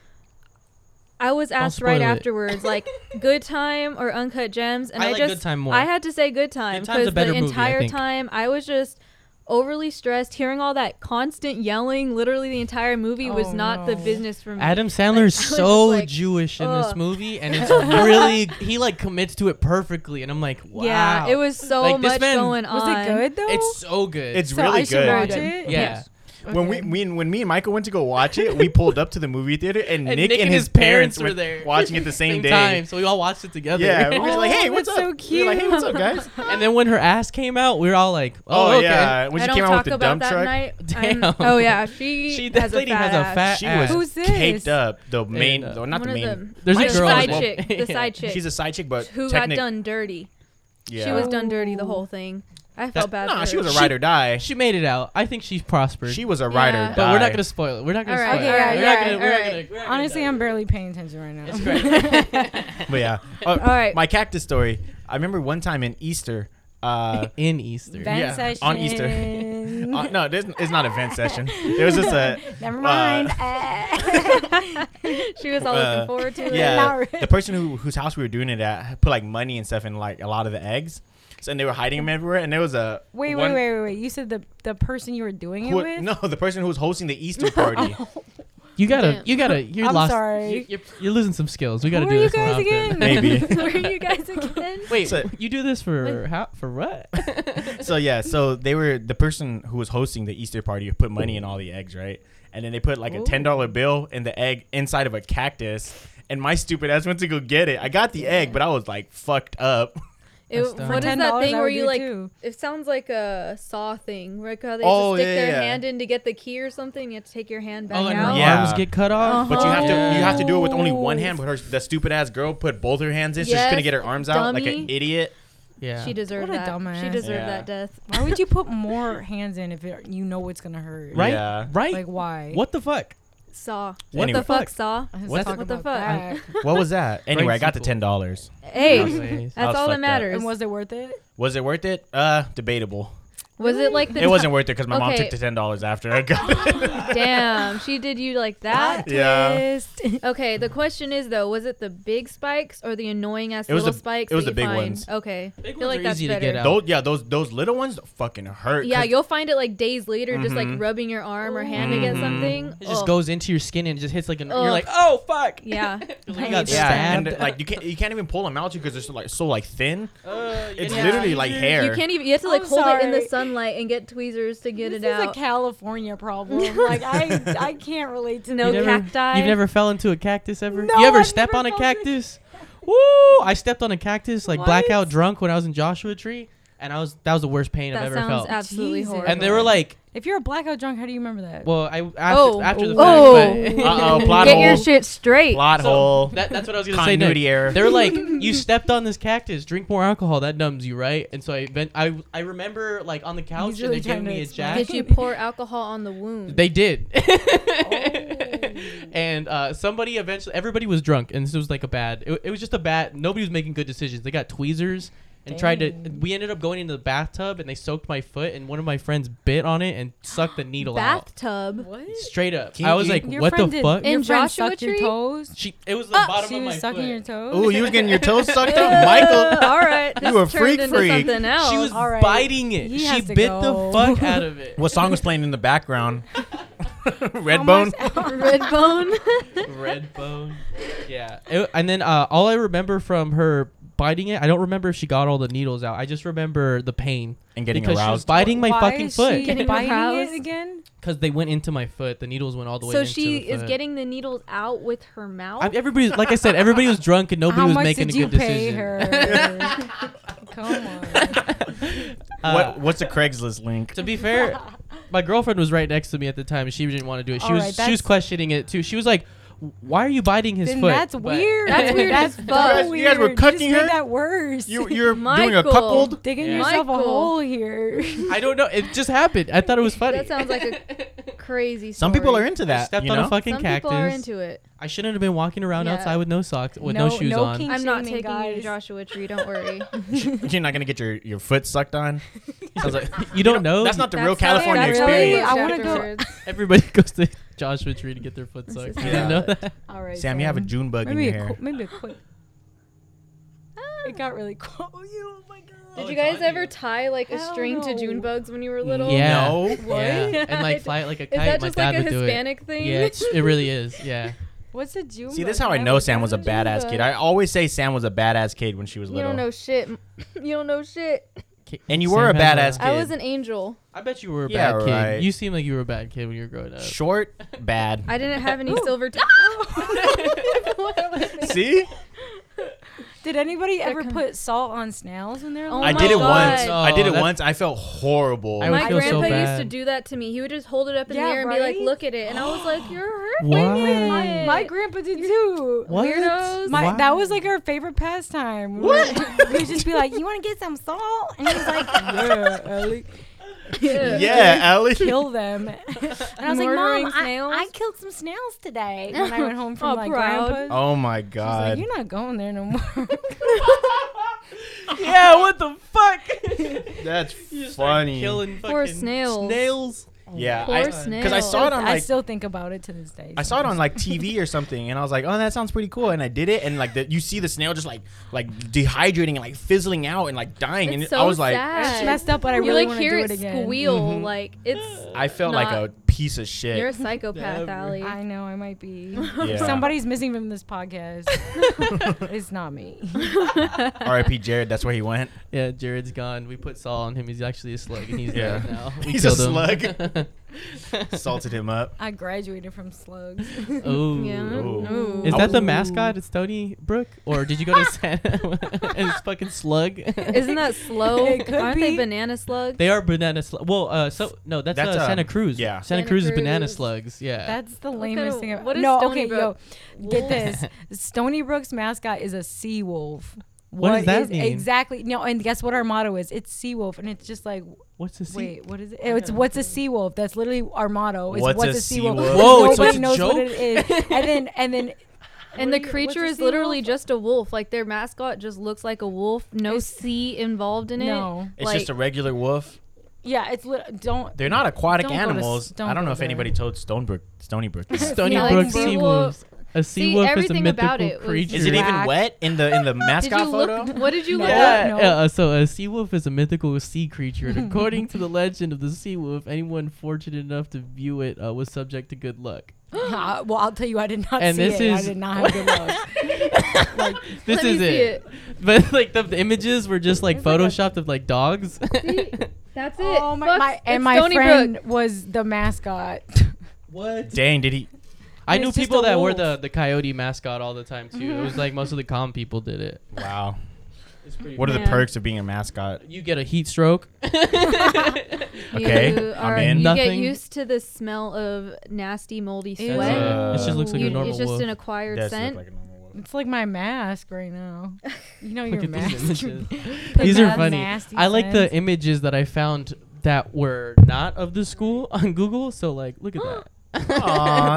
I was asked right
spoil it.
afterwards,
[LAUGHS]
like Good Time or Uncut Gems, and
I
I,
like
just
Good Time more.
I had to say Good Time
Time's a
because
better
the
movie, I
entire
think.
time I was just overly stressed. Hearing all that constant yelling, literally the entire movie was
Oh,
not the
no.
business for me.
Adam Sandler's
I was just
so
like,
Jewish in this
ugh.
movie, and
[LAUGHS]
it's really he like commits to it perfectly, and I'm like, wow,
Yeah, it was so
Like, this
much
man-
going on.
Was it good though?
It's so good.
It's
so
really
I should
good.
watch
Very
it.
yeah.
When we, we when me and Michael went to go watch it, we pulled up to the movie theater, and, Nick, and his, parents, were there watching it the same, day.
time, so we all watched it together.
Yeah, we were just like, "Hey,
Oh,
what's up?"
that's so
We were like, "Hey, what's up,
cute."
guys?"
[LAUGHS]
Oh,
and then when her ass came out, we were all like, oh, okay.
yeah, when
I
she
don't
came out
talk
with the
about
dump
that
truck,
night.
Damn.
I'm- Oh yeah, she,
[LAUGHS] She
has
that
a
lady
fat
has a
ass.
fat
she
ass.
was
Who's this?
caked up. The main,
uh,
though not
One
the
of
main.
the,
There's a
the
girl
side
in it.
chick,
[LAUGHS]
the
Yeah.
side chick,
She's a side chick, but
who
technic-
got done dirty.
Yeah.
She was done dirty the whole
Oh.
thing. I felt bad.
Nah,
for
she
her.
was
She-
a ride or die.
She made it out. I think she's prospered.
She was a ride
Yeah.
or die.
but we're not gonna spoil it. We're not gonna
All right,
spoil it.
okay, all right,
we're not
all
gonna.
right,
We're
all
not gonna.
right.
we're not
Honestly,
gonna
I'm barely paying attention right now.
It's great.
But yeah. Oh,
All right.
My cactus story. I remember one time in Easter. Uh,
in Easter.
Vent
Yeah,
session.
on Easter. uh, no, this, it's not a vent session. It was just a.
[LAUGHS]
[LAUGHS]
Never
uh,
mind.
[LAUGHS] she was all
Uh,
looking forward
[LAUGHS]
to it.
yeah,
Larry.
the person who whose house we were doing it at put like money and stuff in like a lot of the eggs. So and they were hiding them everywhere. And there was a
wait, wait,
one-
wait, wait, wait. You said the the person you were doing it
who-
with?
[LAUGHS] no, the person who was hosting
[LAUGHS]
the Easter party.
You gotta,
Damn.
you
[LAUGHS]
gotta, you're
I'm
lost.
sorry.
You, you're, you're losing some skills. We gotta
Who
do
are
this
you
more
guys
often. [LAUGHS]
again? [LAUGHS]
[LAUGHS]
Maybe.
Where are you guys again?
Wait,
So-
you do this for how? For what?
so yeah, so they were the person who was hosting the Easter party put money in all the eggs, right? And then they put like a ten dollar bill in the egg inside of a cactus. And my stupid ass went to go get it. I got the egg, but I was like fucked up. [LAUGHS]
It,
That's dumb.
what
For
is that
$10
thing
I
where
would
you
do
like? [LAUGHS]
too.
It sounds like a saw thing, where like how they
Oh,
just stick
yeah,
their
yeah.
hand in to get the key or something. You have to take your hand back
oh, and her
out.
Yeah.
arms get cut
Uh-huh.
off.
But you have to you have to do it with only one
Oh.
hand. But her the stupid ass girl put both her hands in. so She's gonna
Yes,
get her arms out like an
dummy.
idiot.
Yeah.
She deserved
What a
that. She
dumbass.
deserved
Yeah.
that death.
Why would you put more hands in if it, you know it's gonna hurt?
Right.
Yeah.
Right.
Like why?
what the fuck?
[LAUGHS] Saw.
What
What
Anyway.
the fuck, saw?
[LAUGHS]
Let's
What
talk
the- what the
about
fuck?
that.
What was that? Anyway, I got the
people.
ten dollars.
[LAUGHS] Hey, [LAUGHS]
Anyways.
I was
that's all
fucked
that
up.
matters.
And
Was,
was it worth it?
Was it worth it? Uh, debatable.
it like the
It wasn't worth it because my mom
Okay.
took the ten dollars after I got
[LAUGHS]
it. [LAUGHS]
Damn, she did you like that?
yeah.
Just- [LAUGHS]
Okay, the question is though, was it the big spikes or the annoying ass
It was
little
the-
spikes?
it was
that
the
you
big
find?
ones.
Okay, I
Big ones
feel like
are
that's
easy to
better.
get out.
Those yeah those those little ones fucking hurt.
Yeah,
'cause-
you'll find it like days later, just like
Mhm.
rubbing your arm or hand to get
Mhm.
something.
It just
Ugh.
goes into your skin and just hits like an. You're
Oh. Ugh.
like, oh fuck. [LAUGHS]
Yeah.
You got
yeah,
stabbed.
and [LAUGHS] like you can't you can't even pull them out because they're so like so like thin.
Uh, you
It's
gotta-
literally like hair.
You can't even. You have to like
I'm
hold it in the
sorry.
sunlight and get tweezers to get
this
it out.
is a California
[LAUGHS]
problem. like I, I can't relate to
no
You never-
cacti.
You've never fell into a cactus ever?
No,
you ever
I've
step
never
on a
fell into-
cactus? Woo! I stepped on a cactus like
What?
blackout drunk when I was in Joshua Tree, and I was that was the worst pain
that
I've ever
sounds
felt.
absolutely
Jesus.
horrible.
and they were like,
If you're a blackout drunk, how do you remember that?
well, I after,
Oh.
after the fact,
[LAUGHS] Oh.
but-
Uh-oh,
[LAUGHS]
plot
get your
hole.
shit straight.
Plot
So,
hole.
That, that's what I was gonna say.
continuity
next.
error.
They were like, you stepped on this cactus. Drink more alcohol. That numbs you, right? And so I been, I I remember like on the couch
really
and they gave
trying to
me a
explain.
jack.
Did you pour alcohol on the wound?
They
[LAUGHS]
did. [LAUGHS] and uh, somebody eventually, everybody was drunk, and this was like a bad. It, it was just a bad. Nobody was making good decisions. They got tweezers and tried to.
Dang.
We ended up going into the bathtub, and they soaked my foot, and one of my friends bit on it and sucked the needle
Bathtub. [LAUGHS]
what?
out. Straight up,
Can
I was
you-
like,
Your
"What the
friend did,
fuck?"
It-
Your
In
friend
Joshua
sucked your
Tree?
toes.
She, it was the bottom
she
of
was
my
sucking
foot.
your toes. [LAUGHS]
Ooh, you was getting
[LAUGHS]
your toes sucked up,
Uh, [LAUGHS]
Michael.
all right, this
were a
turned
freak
into
freak.
something else.
she was
Oh, all right.
biting it.
He
she
has to
bit
go.
the fuck out of [LAUGHS] it.
What song was playing in the background? [LAUGHS]
How
Redbone.
much-
red bone.
Red bone. Yeah. It- and then uh, all I remember from her biting it, I don't remember if she got all the needles out. I just remember the pain.
And getting
because she was [LAUGHS]
aroused.
biting my
Why
fucking
is
foot.
She
Getting
biting
aroused.
it again.
Because they went into my foot. The needles went all the way
so
into
she
the
is
foot.
getting the needles out with her mouth.
I'm, everybody, like I said, everybody was drunk and nobody
How
was
much
making
did
a
you
good
pay
decision.
her?
[LAUGHS]
Come on.
Uh,
what what's a Craigslist link?
To be fair, my girlfriend was right next to me at the time. and She didn't want to do it. She
All
was
right,
she was
that's-
questioning it too. She was like, "Why are you biting his
Then
foot?"
that's
But-
weird. [LAUGHS]
That's weird
That's
as fuck.
so
You guys were
weird. You just
cucking
made
her?
that worse.
You, you're doing a
Michael.
[LAUGHS]
[LAUGHS]
cuckold.
digging
Yeah.
yourself a
Michael.
hole [LAUGHS] here.
I don't know. It just happened. I thought it was funny.
[LAUGHS] That sounds like [LAUGHS] a crazy. Story.
Some people are into
I
that.
stepped
you
on
know?
a fucking
Some
cactus.
people are into it.
I shouldn't have been walking around
Yeah.
outside with no socks, with no,
No-
shoes
no
on.
kink-
I'm not
shaming,
taking you to
guys.
Joshua Tree. Don't [LAUGHS] worry.
You're not gonna get your, your foot
[LAUGHS]
sucked on. I was like,
[LAUGHS] You don't know?
That's not the
That's
real
how they
California
got
really-
experience.
released
I wanna go-
afterwards. [LAUGHS]
Everybody [LAUGHS] goes to Joshua Tree to get their foot
This
sucked.
is
You didn't know that?
All right,
Sam, you have a June bug
maybe
in your
a
hair.
Ah.
qu- maybe a quick. It got really cold. [LAUGHS] Oh my god.
Did
Oh,
you
it's
guys
on
ever
you.
tie like a
Hell
string to
no.
June bugs when you were little?
Yeah.
No.
Yeah.
What?
And like fly it like a
[LAUGHS] Is
kite.
that
My
just
dad
like a
would do it.
Hispanic thing?
Yeah, it's, it really
[LAUGHS]
is. Yeah.
What's a June?
See,
bug?
this is how I
Why
know
would
Sam was a
that be-
badass kid. I always say Sam was a badass kid when she was
you
little.
don't know shit. [LAUGHS] You don't know shit.
K-
And you
Sam
were a
has
badass
I
Kid.
was an angel.
I bet you were a
Yeah,
bad kid.
right.
You seem like you were a bad kid when you were growing up.
Short, bad.
I didn't
[GASPS]
have any silver
[LAUGHS]
[LAUGHS] teeth.
[LAUGHS] See?
Did anybody ever
kind-
put salt on snails when they're
Oh
little?
I
my
did it
God.
once. I
Oh,
did it
that's-
once. I felt horrible.
I would
My
feel so
grandpa used to
bad.
do that to me. He would just hold it up in
Yeah,
the air and be
right?
like, "Look at it," and I was like, "You're hurting
Why?
it."
My grandpa did too.
What?
Weirdos.
My
Why?
that was like our favorite pastime. What? [LAUGHS] We'd just be like, "You want to get some salt?" And he's like, "Yeah, Ellie,
[LAUGHS] Yeah.
yeah, [LAUGHS] Ellie.
kill them." [LAUGHS] And I was
Murdering
like, "Mom, I,
snails?
I killed some snails
[LAUGHS]
today." When I went home from
Oh,
like
proud.
grandpa's,
Oh my
she's like,
god.
"You're not going there no
[LAUGHS]
more."
[LAUGHS]
[LAUGHS]
yeah, what the fuck? [LAUGHS]
That's
You just start
funny.
Killing
Poor
fucking
snails.
Snails.
Yeah,
Poor
I-
snails.
Because I saw it on
I
like
still think about it to this day.
I saw it on like TV or something, and I was like, "Oh, that sounds pretty cool." And I did it, and like the, you see the snail just like like dehydrating and like fizzling out and like dying, and
It's
it- I
so
was like,
sad.
It's messed up, but I
you
really
like
want to
hear
do
it,
it again.
squeal.
Mm-hmm.
Mhm.
Like it's.
I felt
Not-
like a piece of shit.
You're a psychopath,
Never.
Allie. [LAUGHS]
I know I might be.
Yeah. [LAUGHS]
If somebody's missing from this podcast, [LAUGHS] it's not
[LAUGHS]
me.
R.I.P. Jared. That's where he went.
Yeah, Jared's gone. We put Saul on him. He's actually a slug, and he's
Yeah.
dead
[LAUGHS]
now. We
He's a
killed him. [LAUGHS]
Salted him up.
I graduated from slugs.
oh.
Yeah. Mm.
Ooh.
Ooh.
Is that the
Ooh.
mascot? It's Stony Brook, or did you go to
[LAUGHS]
Santa [LAUGHS] and it's fucking slug?
Isn't that slow?
It could
Aren't they
be.
banana slugs?
they are banana slug. Well, uh, so no, that's,
That's,
uh,
um,
Santa Cruz.
yeah.
Santa,
Santa
Cruz, is banana
Cruz.
slugs. Yeah.
[LAUGHS] That's the
What
lamest
kinda-
thing. I've,
what is
no,
Stony
okay,
Brook?
yo, get this.
[LAUGHS]
Stony Brook's mascot is a sea wolf.
What does that mean?
Exactly. No, and guess what our motto is? It's sea wolf, and it's just like,
What's a sea?
wait, what is it? It's what's a sea wolf? That's literally our motto. It's
What's
what's,
a
a sea wolf?
sea wolf?
Whoa, so
Nobody
it's a
knows
joke?
what it is. And then, and
[LAUGHS]
then,
and
what
the
do you- what's
creature
a
is
sea
literally
wolf?
just a wolf. Like their mascot just looks like a wolf. No sea involved in it.
No.
It's
Like,
just a regular wolf.
yeah, it's lit don't [GASPS]
They're not aquatic
Don't go to s-
animals.
don't
I don't
go
know if
there.
anybody told Stonebrook, Stony Brook. that.
Stony
Yeah, like
Brook
sea
sea
wolf.
wolves. A sea
See,
wolf is a
everything
mythical
about it was
creature.
Is it even
Whack.
wet in the in the
Did
mascot
you
photo?
look? [LAUGHS] What did you
No.
look?
Yeah.
up?
Yeah.
No.
uh, so a sea wolf is a mythical sea
[LAUGHS]
creature, and according to the legend of the sea wolf, anyone fortunate enough to view it uh, was subject to good luck.
Uh, well, I'll tell you, I did not
And
see
this
it. I
is-
did not have
[LAUGHS]
good luck.
This
Let me
is
see
it. But like the, the images were just like
It's like a-
photoshopped of like dogs. [LAUGHS]
See? That's it.
Oh my,
Look,
my and
it's
my
Stony
friend
Brook.
was the mascot.
what?
Dang, did he?
I
It's
knew
just
people
a
that wore
wolf.
the the coyote mascot all the time too. It was like most of the calm people did it.
Wow.
It's pretty
What are the
Yeah.
perks of being a mascot?
you get a heat stroke.
Okay,
You
I'm
are,
in.
You
Nothing.
get used to the smell of nasty, moldy
Ew.
sweat.
Uh,
it just looks like
You-
a normal
it's just
wolf.
an acquired
Does look
scent.
like a normal wolf.
It's like my mask right now. You
[LAUGHS]
know
[LAUGHS]
your
Look at
mask.
these images. these are
That's
funny.
nasty
I like the
scents.
images that I found that were not of the school [LAUGHS] on Google. So like, look at [GASPS] that.
Aw,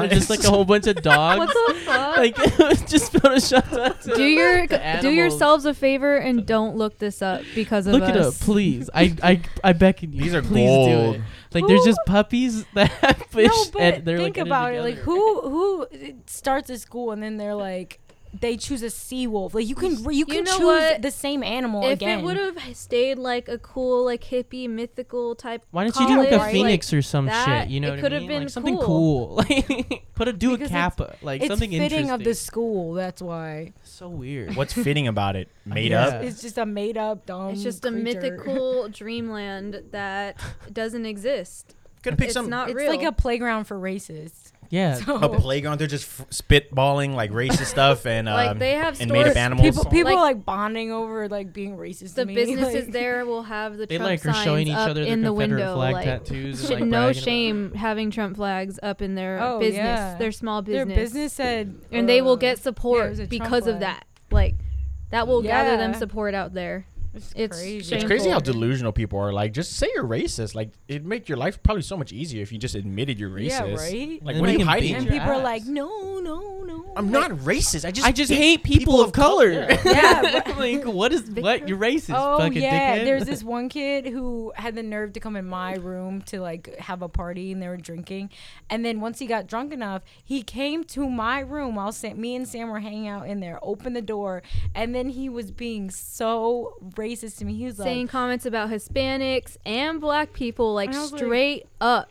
[LAUGHS] They're just like a whole bunch of dogs.
[LAUGHS] What the
[LAUGHS]
fuck?
like it was just photoshopped onto.
do your
the
do
animals.
yourselves a favor and don't look this up because of
Look
us.
it up, please.
[LAUGHS]
I I I beckon you.
These are
please
gold.
Do it. Like there's just puppies that [LAUGHS] have fish.
no, but
and they're
think
like,
about it. Like who who starts a school and then they're like they choose a sea wolf. Like you can re- you can
know
choose
what?
the same animal
If
again.
it would have stayed like a cool, like hippie, mythical type.
Why don't you do like a
college,
phoenix or some
that-
shit? You know,
it
what I
could've
mean?
been
like something
cool.
[LAUGHS]
cool. Like put a do a
Because it's-
kappa, like
it's
something
fitting
interesting.
of the school. That's why
so
[LAUGHS]
weird.
What's fitting
[LAUGHS]
about it? Made
Yeah.
up.
it's just a made up dumb.
It's just a
creature. [LAUGHS]
mythical dreamland that doesn't exist.
Could pick
it's
some
not
[LAUGHS] It's
real.
like a playground for racists.
Yeah,
So
a playground. They're just f- spitballing
[LAUGHS]
like racist stuff and um,
Like, they have
and made up
stores-
animals.
People, people
Like-
are like bonding over like being racist.
the
to [LAUGHS] me.
businesses
like,
there will have the
they
Trump
like are
signs
showing each
up
other
in
the
the
Confederate
window.
flag
like, [LAUGHS]
tattoos.
should
and, like, bragging
no
about it.
shame having Trump flags up in their
Oh,
business,
yeah.
their small
Their
business,
business said,
and they will
uh,
get
yeah, it
support
was a Trump
because of
flag.
that. Like, that will gather them
Yeah.
support out there. It's
crazy.
It's
shameful.
crazy how delusional people are. Like, just say you're racist. Like, it'd make your life probably so much easier if you just admitted you're racist.
Yeah, right.
Like,
And
what are
they
you
can
hiding?
beat
and
your
people are
ass.
like, no, no, no.
I'm not racist. I
[LAUGHS]
just
I just hate people, of color.
[LAUGHS]
[LAUGHS]
[LAUGHS]
Yeah,
like what is what? You're racist,
Oh
fucking
yeah,
dickhead.
there's this one kid who had the nerve to come in my room to like have a party and they were drinking, and then once he got drunk enough, he came to my room while Sam, me and Sam were hanging out in there, opened the door, and then he was being so racist to me. He was
saying
like,
comments about Hispanics and black people, like
And I was like-
straight up.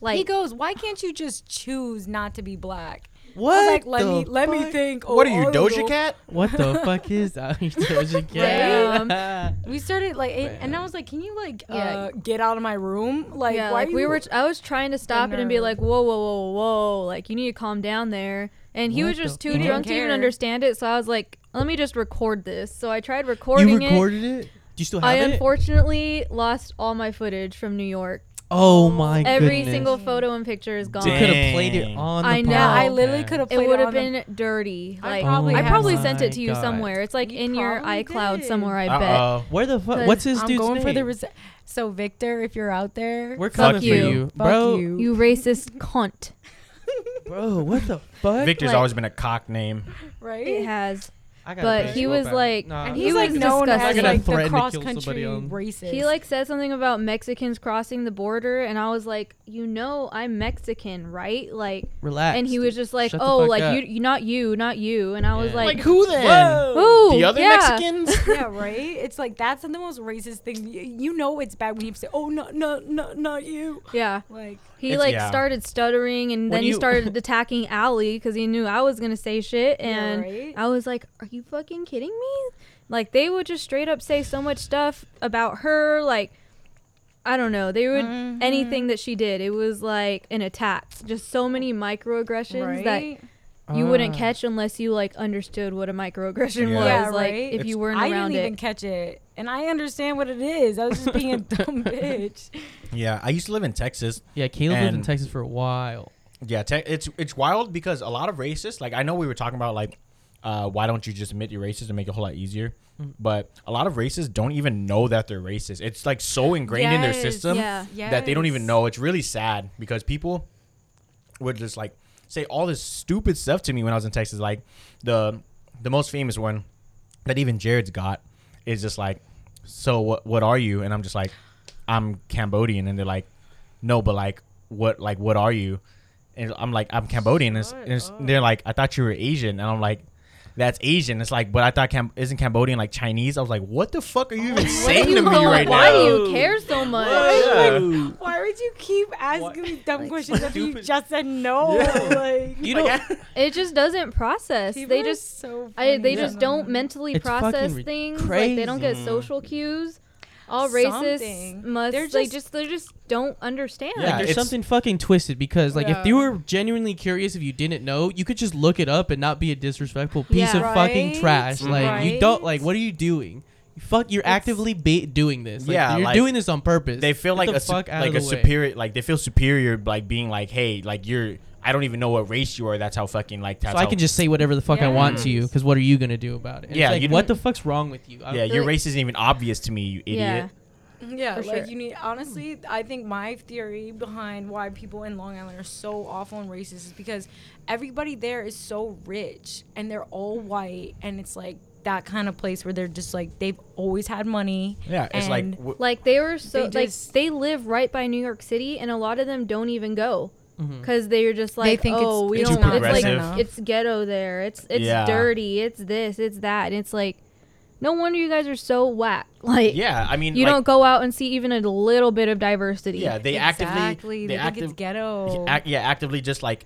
Like,
he goes, "Why can't you just choose not to be black?"
what?
I was like, "Let
the
me, let me
fuck?
think."
What are you,
or
Doja
Oregon."
Cat?
What
[LAUGHS]
the fuck is that? [LAUGHS] You Doja
Right?
Cat.
We started like, it, and I was like, "Can you like
Yeah.
uh, get out of my room?" Like,
yeah,
why
like
are
we
you-
were. I was trying to stop it and be
nerve.
like, whoa, whoa, whoa, whoa, like you need to calm down there. And he
What
was just
the
too
fuck?
drunk to
Didn't
even
care.
understand it. So I was like, let me just record this. So I tried recording
You
it.
recorded it? Do you still have
I
it?
unfortunately lost all my footage from New York.
oh my
Every
goodness.
single photo and picture is gone.
You could have
Dang.
played it on.
I
the
know.
Yeah, I
podcast.
literally
Oh
could have.
It would have been dirty.
I
Like
probably
I
have
probably
some.
sent it to you
My God.
somewhere. It's like
You
in your
probably
iCloud
did.
somewhere. I bet.
Uh
Where the fuck?
Cause
What's his
I'm
dude's
going
name?
for the res- so Victor, if you're out there,
We're
Fuck
coming for
you.
you,
fuck
bro.
you.
[LAUGHS] You racist cunt.
Bro, what
[LAUGHS]
the
oh.
fuck?
Victor's
like-
always been a cock name.
right?
It has.
I gotta
but
put
he
Swope
was
out.
like-
Nah.
and
He's
He
like
was
known as
disgusting.
Uh, Gonna
like
threaten
the
to kill
cross
somebody
country
on-
racist.
He like said something about Mexicans crossing the border, and I was like, you know, I'm Mexican, right? Like,
relax.
and he was just like,
Shut the
oh,
fuck
like
up.
you, you, not you, not you, and I was
Yeah.
like,
who then?
Whoa. Ooh,
the other
yeah.
Mexicans?
[LAUGHS]
[LAUGHS]
yeah, right. It's like that's the most racist thing. You, you know it's bad when you say, "Oh no, no, no, not you."
yeah.
Like
He
It's-
like
yeah.
started stuttering, and
When
then he
you- [LAUGHS]
started attacking Allie because he knew I was gonna say shit,
Yeah,
and
right?
I was like, are you fucking kidding me? Like they would just straight up say so much stuff about her, like. I don't know. They would
Mm-hmm.
anything that she did. It was like an attack. Just so many microaggressions that
right.
you wouldn't
Ah.
catch unless you like understood what a microaggression
Yeah.
was
Yeah,
like
right?
if you
It's-
weren't
I
around
didn't
it
even catch it, and I understand what it is. I was just
[LAUGHS]
being a dumb bitch.
Yeah, I used to live in Texas.
Yeah, Caleb lived in
And-
Texas for a
[LAUGHS]
while.
Yeah, te- it's it's wild because a lot of racists, like I know we were talking about like uh, why don't you just admit you're racist and make it a whole lot easier? But a lot of racists don't even know that they're racist. It's like so ingrained in their
Yes,
system
yeah.
that they don't even
Yes.
know. It's really sad because people would just like say all this stupid stuff to me when I was in Texas. Like the the most famous one that even Jared's got is just like, so what? What are you? And I'm just like, I'm Cambodian, and they're like, no, but like what? Like what are you? And I'm like, I'm Cambodian. And, it's- and it's- they're like, I thought you were Asian, and I'm like. That's Asian. It's like, but I thought Cam- isn't Cambodian like Chinese? I was like, what the fuck are you even
[LAUGHS] What
saying
are you
to me
going-
right
why
now?
do you care so much
Yeah.
Why would you keep asking me dumb questions after you
stupid-
just said no? Like
You know,
it just doesn't process
people
they
are
just
so
I,
funny.
they
Yeah.
just don't mentally
It's
process
fucking re-
things like they don't get
crazy.
social cues all racists
Something.
must
They're
they
just-
just they just don't understand
Yeah,
like there's
it's-
something fucking twisted because like if
Yeah.
you were genuinely curious if you didn't know, you could just look it up and not be a disrespectful piece
Yeah.
of fucking
Right?
trash.
Mm-hmm.
Like you
Right?
don't like what are you doing? You fuck, you're actively ba- doing this. Like,
Yeah,
you're
like,
doing this on purpose.
they feel
Get
like
the
a su-
fuck out
like
of
a
the way.
superior like they feel superior like being like hey like you're I don't even know what race you are that's how fucking like that's
So I
how,
can just say whatever the fuck I want to you because what are you gonna do about it? And
Yeah,
it's like,
you
what the
don't-
fuck's wrong with you? I-
yeah your race isn't even obvious to me you idiot
Yeah.
Yeah,
For
like
sure.
you need honestly, I think my theory behind why people in Long Island are so awful and racist is because everybody there is so rich and they're all white and it's like that kind of place where they're just like they've always had money.
yeah it's like
And-
w-
Like they were so
They
like
just-
they live right by New York City, and a lot of them don't even go because they're just like,
think it's-
oh, we
it's
don't.
not
It's like
Mm-hmm. progressive.
it's ghetto there. It's it's
Yeah.
dirty. It's this. It's that. And it's like, no wonder you guys are so whack. [LAUGHS] Like
yeah I mean
you
like,
don't go out and see even a little bit of diversity.
yeah they actively
Exactly,
they,
they think it's
active,
ghetto.
ac- yeah actively just like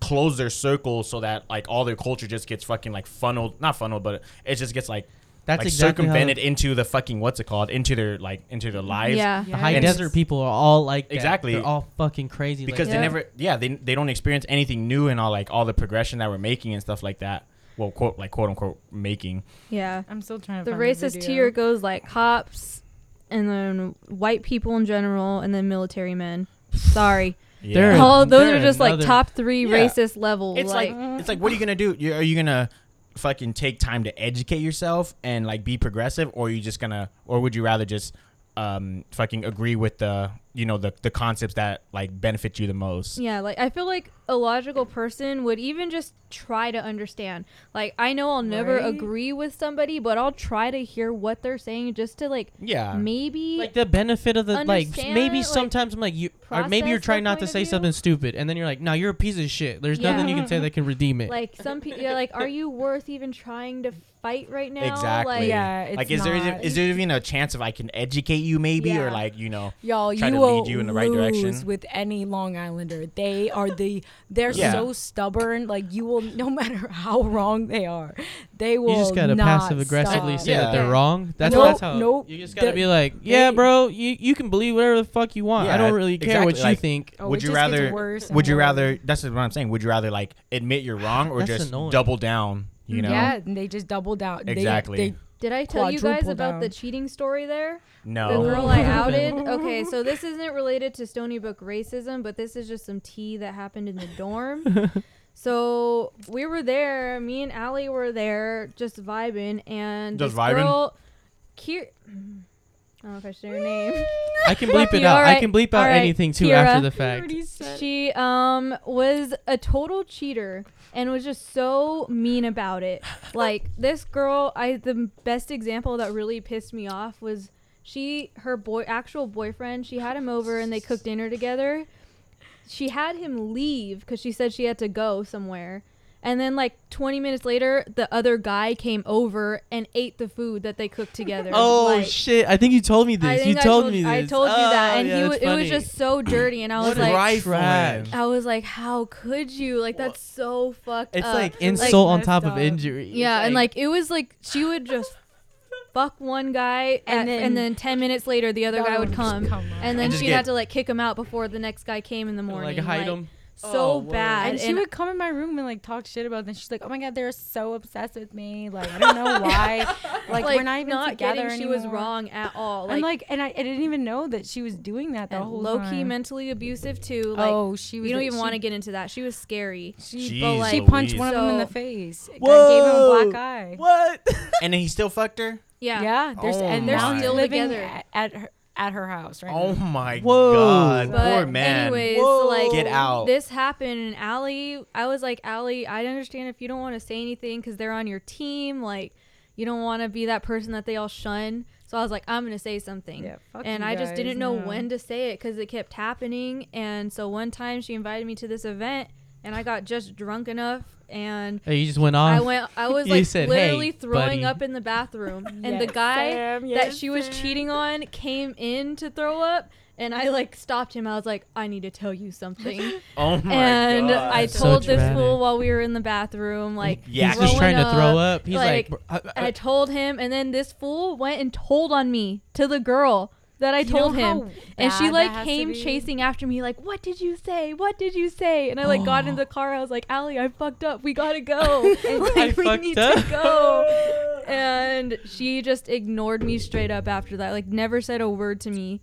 close their circle so that like all their culture just gets fucking like funneled not funneled but it just gets like
That's
like
exactly how-
circumvented into the fucking what's it called into their like into their lives
Yeah.
The high
And
desert people are all like that.
Exactly.
They're all fucking crazy like
because they
Yeah.
that.
never yeah they, they don't experience anything new and all like all the progression that we're making and stuff like that well quote like quote unquote making
yeah.
I'm still trying to
The
find
racist
video.
tier goes like cops, and then white people in general, and then military men. Sorry,
yeah.
They're-
all those
they're
are just like
another-
top three
Yeah.
racist level.
it's like, it's like what are you gonna do you, are you gonna fucking take time to educate yourself and like be progressive or are you just gonna or would you rather just um fucking agree with the you know the the concepts that like benefit you the most.
Yeah, like I feel like a logical person would even just try to understand. Like I know I'll never
Right?
agree with somebody, but I'll try to hear what they're saying just to like
Yeah.
maybe
like the benefit of the like
Understand
maybe
it, like,
sometimes I'm like you or maybe you're
process
trying
their
not to
point of
say
view.
something stupid and then you're like no you're a piece of shit there's nothing you can say that can redeem it
like some people yeah, like are you worth even trying to fight right now?
Exactly.
Like,
Yeah, it's
like, is there even,
not-
is there even a chance if I can educate you, maybe, or
Yeah.
like you know?
Y'all,
Try
you
to
will
lead you in the right
lose
direction.
with any Long Islander. They are the they're
Yeah.
so stubborn. Like you will, no matter how wrong they are, they will.
you just gotta
not
passive aggressively
stop.
say that
Yeah.
they're wrong. That's
Nope,
that's how.
nope.
You just gotta
They-
be like, yeah,
they-
bro, you, you can believe whatever the fuck you want. I
Yeah,
don't really care what
exactly,
you
like-
[LAUGHS]
think.
Oh,
would
it
you
just
rather?
gets worse and
would you
worse.
rather? That's what I'm saying. Would you rather like admit you're wrong or
That's
just
annoying.
double down? You know?
Yeah, and they just double down. They-
Exactly.
They,
Did I tell you guys
Quadruple
about the
down.
cheating story there? The
No.
girl I
What
outed.
happened?
Okay, so this isn't related to Stony Brook racism, but this is just some tea that happened in the dorm. So we were there. Me and Allie were there, just vibing, and
Just
this
vibing?
girl, Kier- I don't know if I should say her name.
I can bleep
You
it out. I
alright?
can bleep out
Alright,
anything too
Kira. [LAUGHS]
after the fact.
She um was a total cheater and was just so mean about it. Like this girl, I the best example that really pissed me off was she her boy actual boyfriend. She had him over and they cooked dinner together. She had him leave because she said she had to go somewhere. And then like 20 minutes later, the other guy came over and ate the food that they cooked together.
Oh
Like,
shit! I think you told me
I
this. You
think I
told me this.
I told you
Oh,
that, and
yeah,
he
that's
w- it was
funny.
just so dirty, and I was
What
like,
trash.
I was like, how could you? Like, that's so fucked
It's
up.
like insult on
messed
top
up.
of injury.
yeah, and like, it was like, she would just fuck one guy,
And
and, then,
then-
and then 10 minutes later, the other guy would come. And then
And just
she'd
get-
have to, like, kick him out before the next guy came in the morning.
like hide him.
So
Oh, word.
bad.
and she would come in my room and like talk shit about them. She's like, "Oh my god, they're so obsessed with me. Like I [LAUGHS] don't know why. like, we're not even together
getting she was
anymore."
wrong at all.
I'm
Like,
like, and I, I didn't even know that she was doing that the
and
whole
low key
time.
mentally abusive, too. Like,
oh, she was.
we don't
a-
even
she-
want to get into that. She was scary.
She,
but,
Jeez
like-
she punched
Louise.
one of them in the
So-
face. Whoa. Gave him a black eye.
What?
and then he still fucked her.
Yeah.
Yeah, there's,
Oh
and they're
my.
still
Still
living
together.
at, at her at her house right
Oh
now.
my
Whoa.
god,
But
poor man.
anyways,
Whoa.
like
Get out.
This happened, and Allie, I was like, Allie, I understand if you don't want to say anything because they're on your team. Like, you don't want to be that person that they all shun. So I was like, I'm gonna say something.
Yeah, fuck
and
you
I just
guys,
didn't know
no.
when to say it because it kept happening. And so one time she invited me to this event, and I got just drunk enough, and
[LAUGHS] Hey, you just went off.
I went. I was
Um, You
like
said,
literally
"Hey,
throwing
buddy."
up in
[LAUGHS]
the bathroom, and the
Yes,
guy
Sam,
that
yes,
she was cheating on came in to throw up, and I like stopped him. I was like, "I need to tell you
[LAUGHS]
something,"
oh my
and
god.
I
That's so
told this
dramatic.
fool while we were in the bathroom, like
Yeah,
He's just
throwing
trying to throw up. He's
like,
like, uh, "Bro, I- I-
I told him, and then this fool went and told on me to the girl that I
You know
told
how
him. And
bad
she
that
like
has to
came
be?
chasing after me, like, "What did you say? What did you say?" And I like got in the car. I was like, "Allie, I fucked up. We gotta
[LAUGHS]
go. [LAUGHS] like,
I
we
fucked
need
up."
to go." And she just ignored me straight up after that. Like, never said a word to me,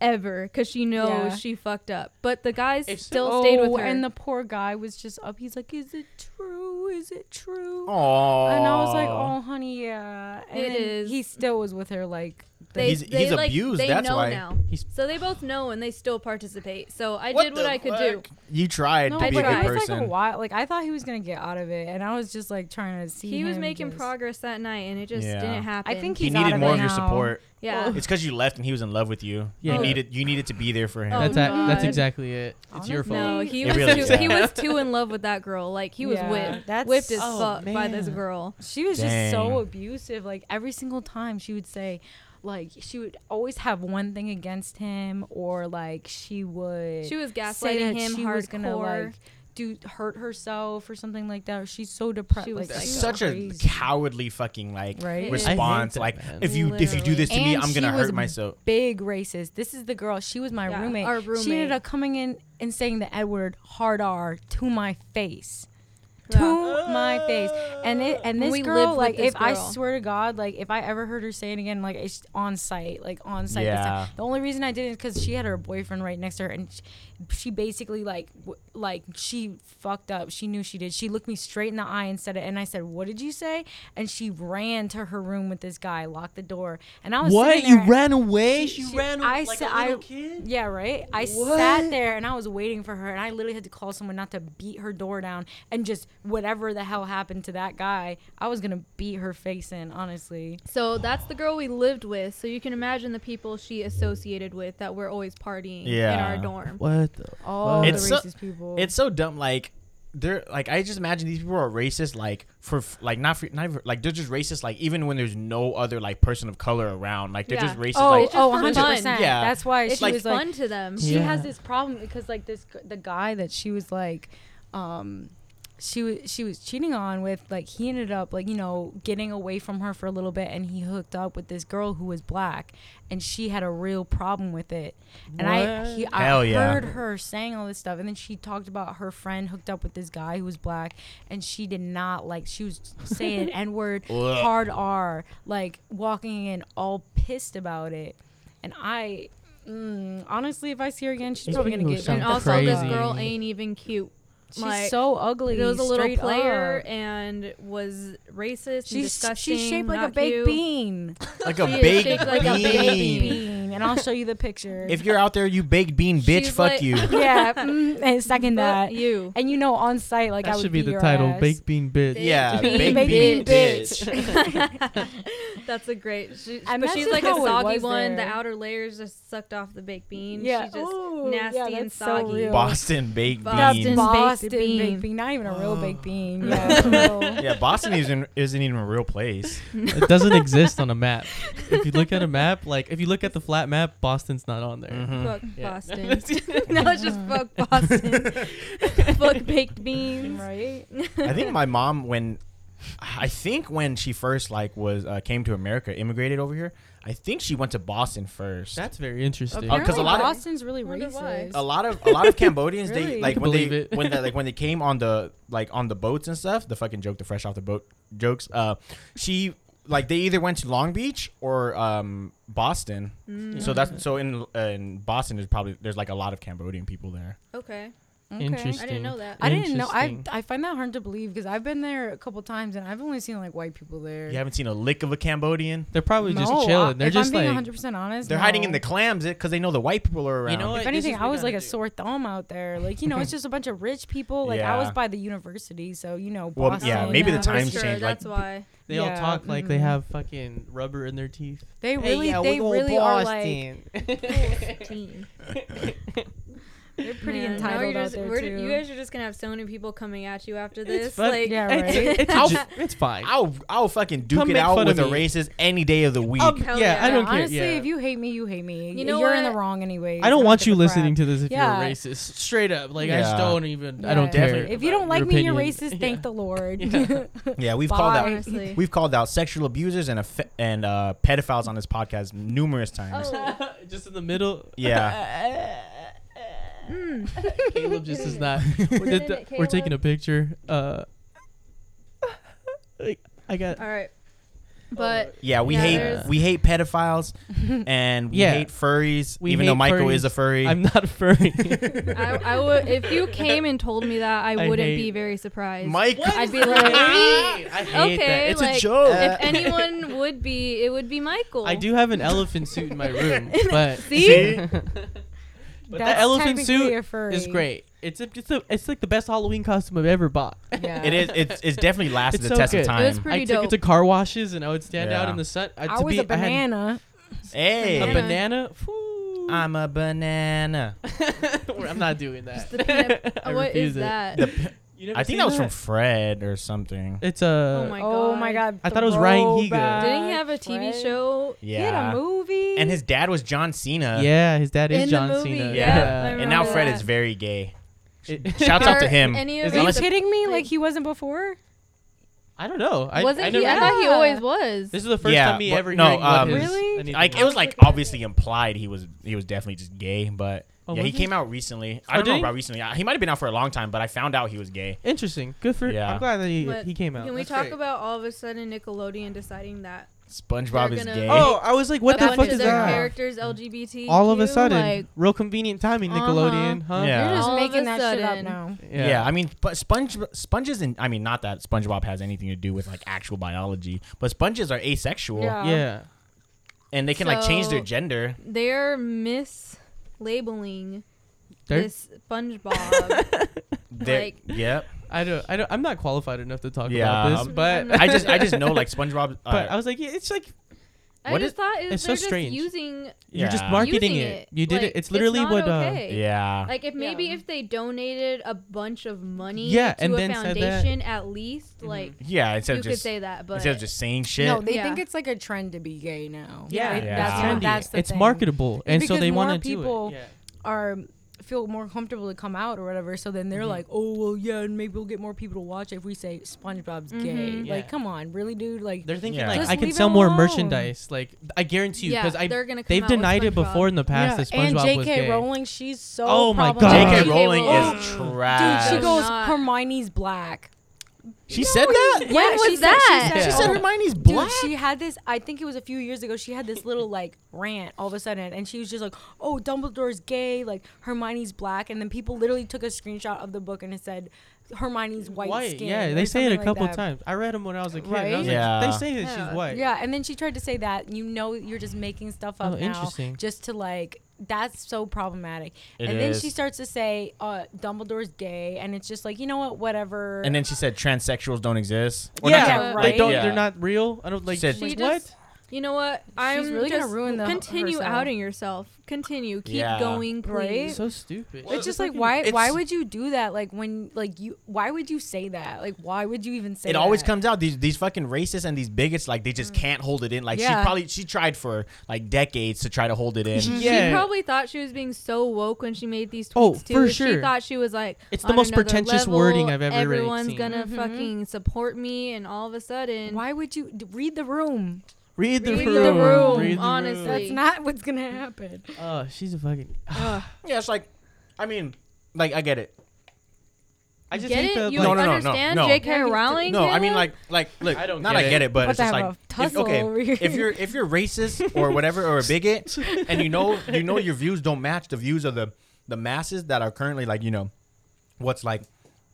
ever, because she knows
Yeah.
she fucked up. But the guys
If so-
still stayed
Oh,
with her.
And the poor guy was just up. He's like, "Is it true? Is it true?"
Aw.
And I was like, "Oh, honey, yeah." And
It
then
is.
He still was with her. Like, the-
they,
He's-
they,
he's
like,
abused,
They
that's
know
why.
now.
He's-
so they both know, and they still participate. So I
What
did what
the
I could do.
fuck? You tried
no,
to
but
be a
tried.
good
it was like a
person.
while. Like, I thought he was gonna get out of it, and I was just like trying to see.
he was
him
making
just-
progress that night and it just
Yeah.
didn't happen
I think
he
he's out
needed
of
more
it
of your
now.
support.
yeah
It's because you left and he was in love with you.
Yeah.
You
Oh.
needed you needed to be there for him.
Oh,
that's a- that's
God.
exactly it. It's your fault.
no he
It
was
really
too,
sucked.
he was too in love with that girl like he was
Yeah,
whipped
that's-
whipped as
Oh,
fuck by this
man.
girl
She was just
Dang.
so abusive. Like every single time she would say, like she would always have one thing against him, or like she would
she was
say
gaslighting
that
him
she
hardcore
was gonna like do hurt herself or something like that. She's so depressed.
She was
like,
That's
psycho.
such a
crazy.
cowardly fucking like
Right?
Res-
response.
that,
like
man.
if you if you do this to
Literally.
me,
And
I'm
she
gonna
was
hurt myself.
Big racist. This is the girl. She was my
Yeah,
roommate.
our
She
roommate.
ended up coming in and saying the N word hard R to my face.
Yeah.
To my face. And it and this
We lived
girl,
with
like,
this
if I
girl.
swear to God, like, if I ever heard her say it again, like, it's on site, like on site. this
Yeah.
time. The only reason I didn't is because she had her boyfriend right next to her, and she, she basically like, w- like she fucked up. She knew she did. She looked me straight in the eye and said it. And I said, "What did you say?" And she ran to her room with this guy, locked the door, and I was
What?
sitting
You
there-
ran away? She,
She- she-
ran
I
away like
sa-
a little
I-
kid?
Yeah, right. I
What?
sat there and I was waiting for her, and I literally had to call someone not to beat her door down and just whatever the hell happened to that guy, I was gonna beat her face in. Honestly,
So that's the girl we lived with. So you can imagine the people she associated with that were always partying in
Yeah.
our dorm.
What the
all
the
It's
the
so-
racist people.
It's so dumb. Like they're like I just imagine these people are racist. Like for f- like not for not even- like they're just racist. Like even when there's no other like person of color around, like they're just
Yeah.
racist.
oh,
like
just
oh,
for fun.
100 percent.
Yeah.
That's why
It's
she
like
was
fun
like,
to them.
she
Yeah.
has this problem because like this g- the guy that she was like um she was she was cheating on with like he ended up like you know getting away from her for a little bit and he hooked up with this girl who was black and she had a real problem with it and I he, I
Hell
heard
yeah.
her saying all this stuff and then she talked about her friend hooked up with this guy who was black and she did not like she was
[LAUGHS]
saying n word
Ugh.
hard r like walking in all pissed about it and I Mm, honestly, if I see her again, she's
These
probably gonna
people
get
sound
And
beat the
also,
fuck
this
up.
crazy.
girl ain't even cute.
She's
like,
so ugly.
It was a little
straight
player
up.
and was racist and
She's
disgusting.
she's shaped like a
not
baked
cute.
bean.
like a
She is
baked
shaped like a
bean.
baked
bean. And I'll show you the picture.
If you're out there, you baked bean bitch,
She's
fuck
like-
you.
[LAUGHS]
[LAUGHS]
yeah, mm, and second
Fuck
that,
you.
and you know, on site, like I
that
would
should be
beat
the
your
title,
ass.
Baked Bean Bitch.
Yeah,
Baked
baked,
bean
bean,
bitch.
bitch.
[LAUGHS] That's a great. She,
And
but
that's
she's
just
like a
how it
soggy
was
one. The
there.
outer layers just sucked off the baked bean.
Yeah,
She's just
ooh, yeah,
nasty and
that's so
soggy.
real.
Boston baked
Boston.
bean.
Boston
Boston
baked
bean.
bean. not even a real
Oh.
baked
[LAUGHS]
bean.
No.
[LAUGHS] Yeah, for real.
Yeah, Boston isn't isn't even a real place.
It
[LAUGHS]
doesn't exist on a map. If you look at a map, like if you look at the flat map, Boston's not on there.
Fuck
Yeah.
Boston. [LAUGHS] now
[LAUGHS]
it's just fuck Boston. [LAUGHS] fuck baked beans. [LAUGHS]
right.
I think my mom when I think when she first like was uh, came to America, immigrated over here. I think she went to Boston first.
[LAUGHS] That's very interesting.
Uh, 'cause a lot of-
Boston's Oh, really
Wonder why.
racist.
a lot of
[LAUGHS]
a lot of Cambodians they
Really?
like
Can
when they
believe it.
when they like
[LAUGHS]
when they came on the like on the boats and stuff. The fucking joke, the fresh off the boat jokes. Uh, she like they either went to Long Beach or um Boston.
Mm.
So that's so in uh, in Boston there's probably there's like a lot of Cambodian people there.
Okay.
Okay.
Interesting.
I didn't know that.
I didn't know. I
Interesting.
I find that hard to believe because I've been there a couple times and I've only seen like white people there.
You haven't seen a lick of a Cambodian.
They're probably
No,
just
I-
chilling. They're
if
just
I'm being
like
100% honest,
They're hiding in
no.
the clams because they know the white people are around.
You know what?
If
This
anything,
is
I
what
was
we
like a
gotta do.
sore thumb out there. Like you know, it's just a bunch of rich people. Like I was
Yeah.
by the university, so you know,
Well,
Boston.
yeah,
Oh,
maybe the
for
times
sure,
change, like,
That's why.
they all
Yeah,
talk like they
mhm.
have fucking rubber in their teeth.
They really, they really are like [LAUGHS]
[LAUGHS]
they're [LAUGHS] pretty
Man, now
entitled
you're
out
just-
there
we're-
too.
You guys are just gonna have so many people coming at you after this.
fun-
Like, [LAUGHS]
Yeah,
it's,
right?
it's, a
I'll-
ju- it's fine.
I'll I'll fucking duke
Come
it
make
out
fun
with
of
a
me.
racist any day of the week.
Um,
Hell
yeah,
yeah.
I don't care.
Honestly,
yeah.
if you hate me, you hate me.
You know
you're in the
what?
wrong anyways.
I don't want you listening
to.
to this if
Yeah.
you're a racist. Straight up, like I just
Yeah.
don't even.
Yeah.
I don't care.
Definitely.
If you don't
about
like
your
me, you're
opinion.
racist.
[LAUGHS] Yeah.
Thank the Lord. [LAUGHS]
yeah, we've called out
honestly.
We've called out sexual abusers and affe- and uh, pedophiles on this podcast numerous
Oh.
times.
just in the middle.
Yeah,
Mm.
Caleb just
[LAUGHS]
is not. [LAUGHS]
Get
We're,
in
just-
it,
we're taking a
Caleb.
picture. Uh, [LAUGHS] like, I got.
All right. But
yeah, we
Yeah,
hate
there's-
we hate pedophiles and we
Yeah.
hate furries.
We
even
hate
though Michael is
furries.
a furry,
I'm not a [LAUGHS] furry.
I, I would if you came and told me that I,
I
wouldn't
hate-
be very surprised.
[LAUGHS] Mike.
I'd be like,
I hate
okay,
that. It's
like
a joke.
if anyone would be, it would be Michael.
I do have an elephant suit
[LAUGHS]
in my room, but
See?
but that elephant suit is
is
great. It's a, it's a, it's like the best Halloween costume I've ever bought.
Yeah.
It is it's, it's definitely lasted
It's
the
so
test
good.
of
It
time.
was pretty
I took
dope.
it to car washes and I would stand out
Yeah.
in the sun. I,
I
to
was
be, I
a
had
banana.
hey,
a
Yeah.
banana. Whew. [LAUGHS]
I'm a banana.
I'm not doing that. [LAUGHS]
the peanut- uh,
I
what
refuse
is
it.
that?
The-
You never
I think
seen
that was from Fred or something.
It's uh, a.
Oh my
oh my god!
I thought it was Ryan Higa.
throwback,
Didn't he have a TV
Fred.
show?
He had a
Yeah,
movie.
and his dad was John Cena.
Yeah, his dad
In
is
the
John
movie,
Cena.
Uh, yeah.
I
and now
remember
Fred
that.
is very gay.
It-
Shouts out to
Are
him. [LAUGHS]
Any of
Is
Are
you
you
Unless-
the-
kidding me?
like-
Like he wasn't before?
I don't know. I,
Wasn't
I
he?
never
I
knew.
thought he
Yeah.
always was.
This is the first
Yeah,
time me
but
ever
no,
hearing what
um,
his-
Really?
anything
Like
was.
it was like obviously implied he was he was definitely just gay, but
Oh,
yeah,
was he?
he came out recently.
Oh,
I don't
did
know
he?
about recently. I- He might have been out for a long time, but I found out he was gay.
interesting. Good for.
Yeah.
I'm glad that he,
But
he came out.
Can we
That's
talk
great.
about all of a sudden Nickelodeon deciding that
SpongeBob
They're
is
gonna-
gay.
Oh, I was like, what
a
the
bunch
fuck
of
is
their
that?
Characters LGBT.
All of a sudden,
like,
real convenient timing,
Uh-huh.
Nickelodeon, huh?
Yeah.
You're just
All of a
making that shit up
sudden.
now.
Yeah. I mean, but sponge sponges and I mean, not that SpongeBob has anything to do with like actual biology, but sponges are asexual
Yeah.
Yeah.
and they can like change their
So-
gender.
they're mislabeling
They're-
this
[LAUGHS]
SpongeBob.
They're,
Like-
[LAUGHS] yep.
I don't. I don't. I'm not qualified enough to talk
Yeah,
about this,
um,
but
[LAUGHS] I just I just know like SpongeBob. Uh,
[LAUGHS] but I was like, yeah, it's like
I
What
just
is-
thought it,
it's so
they're just
strange.
using
you're just
Yeah.
marketing
using
it. You did
Like,
it. It's literally
not
what. Uh,
okay.
yeah.
Like if maybe
Yeah.
if they donated a bunch of money
Yeah,
to
and
a
then said that- Mm-hmm.
foundation at least, like
yeah. Instead
you
of
could
just
say that, but
instead of just saying shit.
No, they
Yeah.
think it's like a trend to be gay now.
Yeah.
Like,
Yeah.
That's,
It's
not-
trendy.
that's the
it's
thing.
marketable, and so
Because
they
more
want to do
people-
it. Yeah.
Are feel more comfortable to come out or whatever. So then they're
Mm-hmm.
Mhm.
like, oh well, yeah, and maybe we'll get more people to watch if we say SpongeBob's gay.
Mhm.
Yeah.
Like, come on, really, dude? Like,
They're thinking
Yeah.
like
Just
I can
leave it
sell more
alone.
merchandise. Like I guarantee you,
yeah,
because I
they're gonna come
they've
out with
denied it
SpongeBob.
before in the past that SpongeBob
and
was
J.K.
gay.
Rowling, she's so
Oh my God.
problematic.
J.K.
J.K.
Rowling
Rowling.
is
Dude,
trash.
she goes,
not.
Hermione's black.
She said that.
Yeah,
When
she
was
said- she
that?
said-
She
Yeah.
said
oh.
Hermione's
Dude,
black.
she had this. I think it was a few years ago. She had this little like rant all of a sudden, and she was just like, "Oh, Dumbledore's gay. Like Hermione's black." And then people literally took a screenshot of the book and it said, "Hermione's white, skin."
yeah,
or
they say it a
something like
couple
that.
times. I read them when I was a kid. and I was
Right?
like,
Yeah.
they say that
Yeah.
she's white.
Yeah, and then she tried to say that. You know, you're just making stuff up
Oh,
now,
interesting.
just to like. That's so problematic.
It
and then
is.
she starts to say, uh, "Dumbledore's gay," and it's just like, you know what? Whatever.
and then she said transsexuals don't exist. Or
yeah,
not
Yeah,
trans-
right.
they don't.
Yeah.
They're not real. I don't like.
Said-
She
like,
just-
what?
You know what? I'm
really gonna
just
ruin the-
continue
herself.
outing yourself. Continue. Keep
Yeah.
going,
Right?
please.
So stupid.
it's just like why why
it's-
would you do that like when like you why would you say that like why would you even say
it always
that? Mm.
comes out these these fucking racists and these bigots like they just can't hold it in. Like
Yeah. Mm-hmm.
she probably she tried for like decades to try to hold it in.
She
Yeah.
probably thought she was being so woke when she made these tweets
Oh,
too.
for
She
sure.
thought she was like,
It's the
on
most
another
pretentious
level,
wording I've ever really
Everyone's
seen.
gonna
Mhm.
fucking support me, and all of a sudden,
why would you d- read the room
Read the
Read
room.
the room,
Read the
honestly.
that's
Like-
not what's gonna happen
room. Oh, she's a fucking.
Yeah, it's like, I mean, like I get it.
I just
get
hate
it?
the.
you
No,
like,
no, no, no,
understand
no.
J.K.
Yeah, he's-
Rowling?
No, I mean
Caleb?
like like look,
I don't
not
get
I
it.
get it, but
About
it's
to
just
have
like
a
if,
tussle
okay,
over here.
if you're if you're racist or whatever
[LAUGHS]
or a bigot and you know you know your views don't match the views of the the masses that are currently like, you know, what's like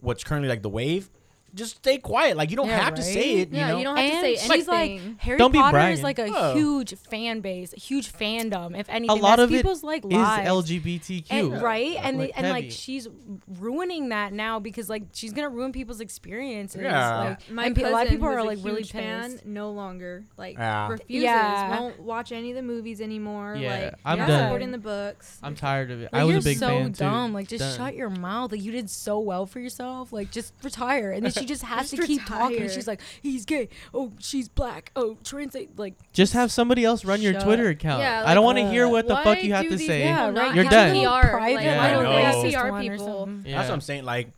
what's currently like the wave, just stay quiet. Like you don't
Yeah,
have to say
right?
it, you
Yeah,
know.
you don't have
and
to say
she's like
anything.
Harry
Don't be
Potter
Brian.
is like a
Oh.
huge fan base, huge fandom. If anything,
lot
That's
of it
people's like
is
lives.
LGBTQ.
and, right and
Like
the, and like
heavy.
she's ruining that now because like she's gonna ruin people's experiences.
Yeah.
like,
my
and pe- a lot of
cousin,
people
who's
are
a
like really
huge fan,
pissed.
no longer like
Yeah.
refuses,
Yeah.
won't watch any of the movies anymore.
Yeah,
like
I'm
not
done.
supporting the books.
I'm tired of it.
Like,
I was
you're
a big
so
fan
dumb.
too.
Like, just
Done.
shut your mouth. Like, you did so well for yourself. Like, just retire. And then she
[LAUGHS]
just has to
Just
keep talking.
retire.
She's like, he's gay. Oh, she's black. Oh, translate. Like,
Just have somebody else run your
Shut
Twitter
up.
account.
Yeah,
I don't
like, uh,
want to hear what the
Why
fuck you have
do
to
these
say.
people
yeah,
not
right.
You're
have
have
done.
a little
PR,
private,
like,
Yeah.
why
I
don't
know.
they have
Racist
PR
one or
people?
something.
Yeah.
That's what I'm saying. Like,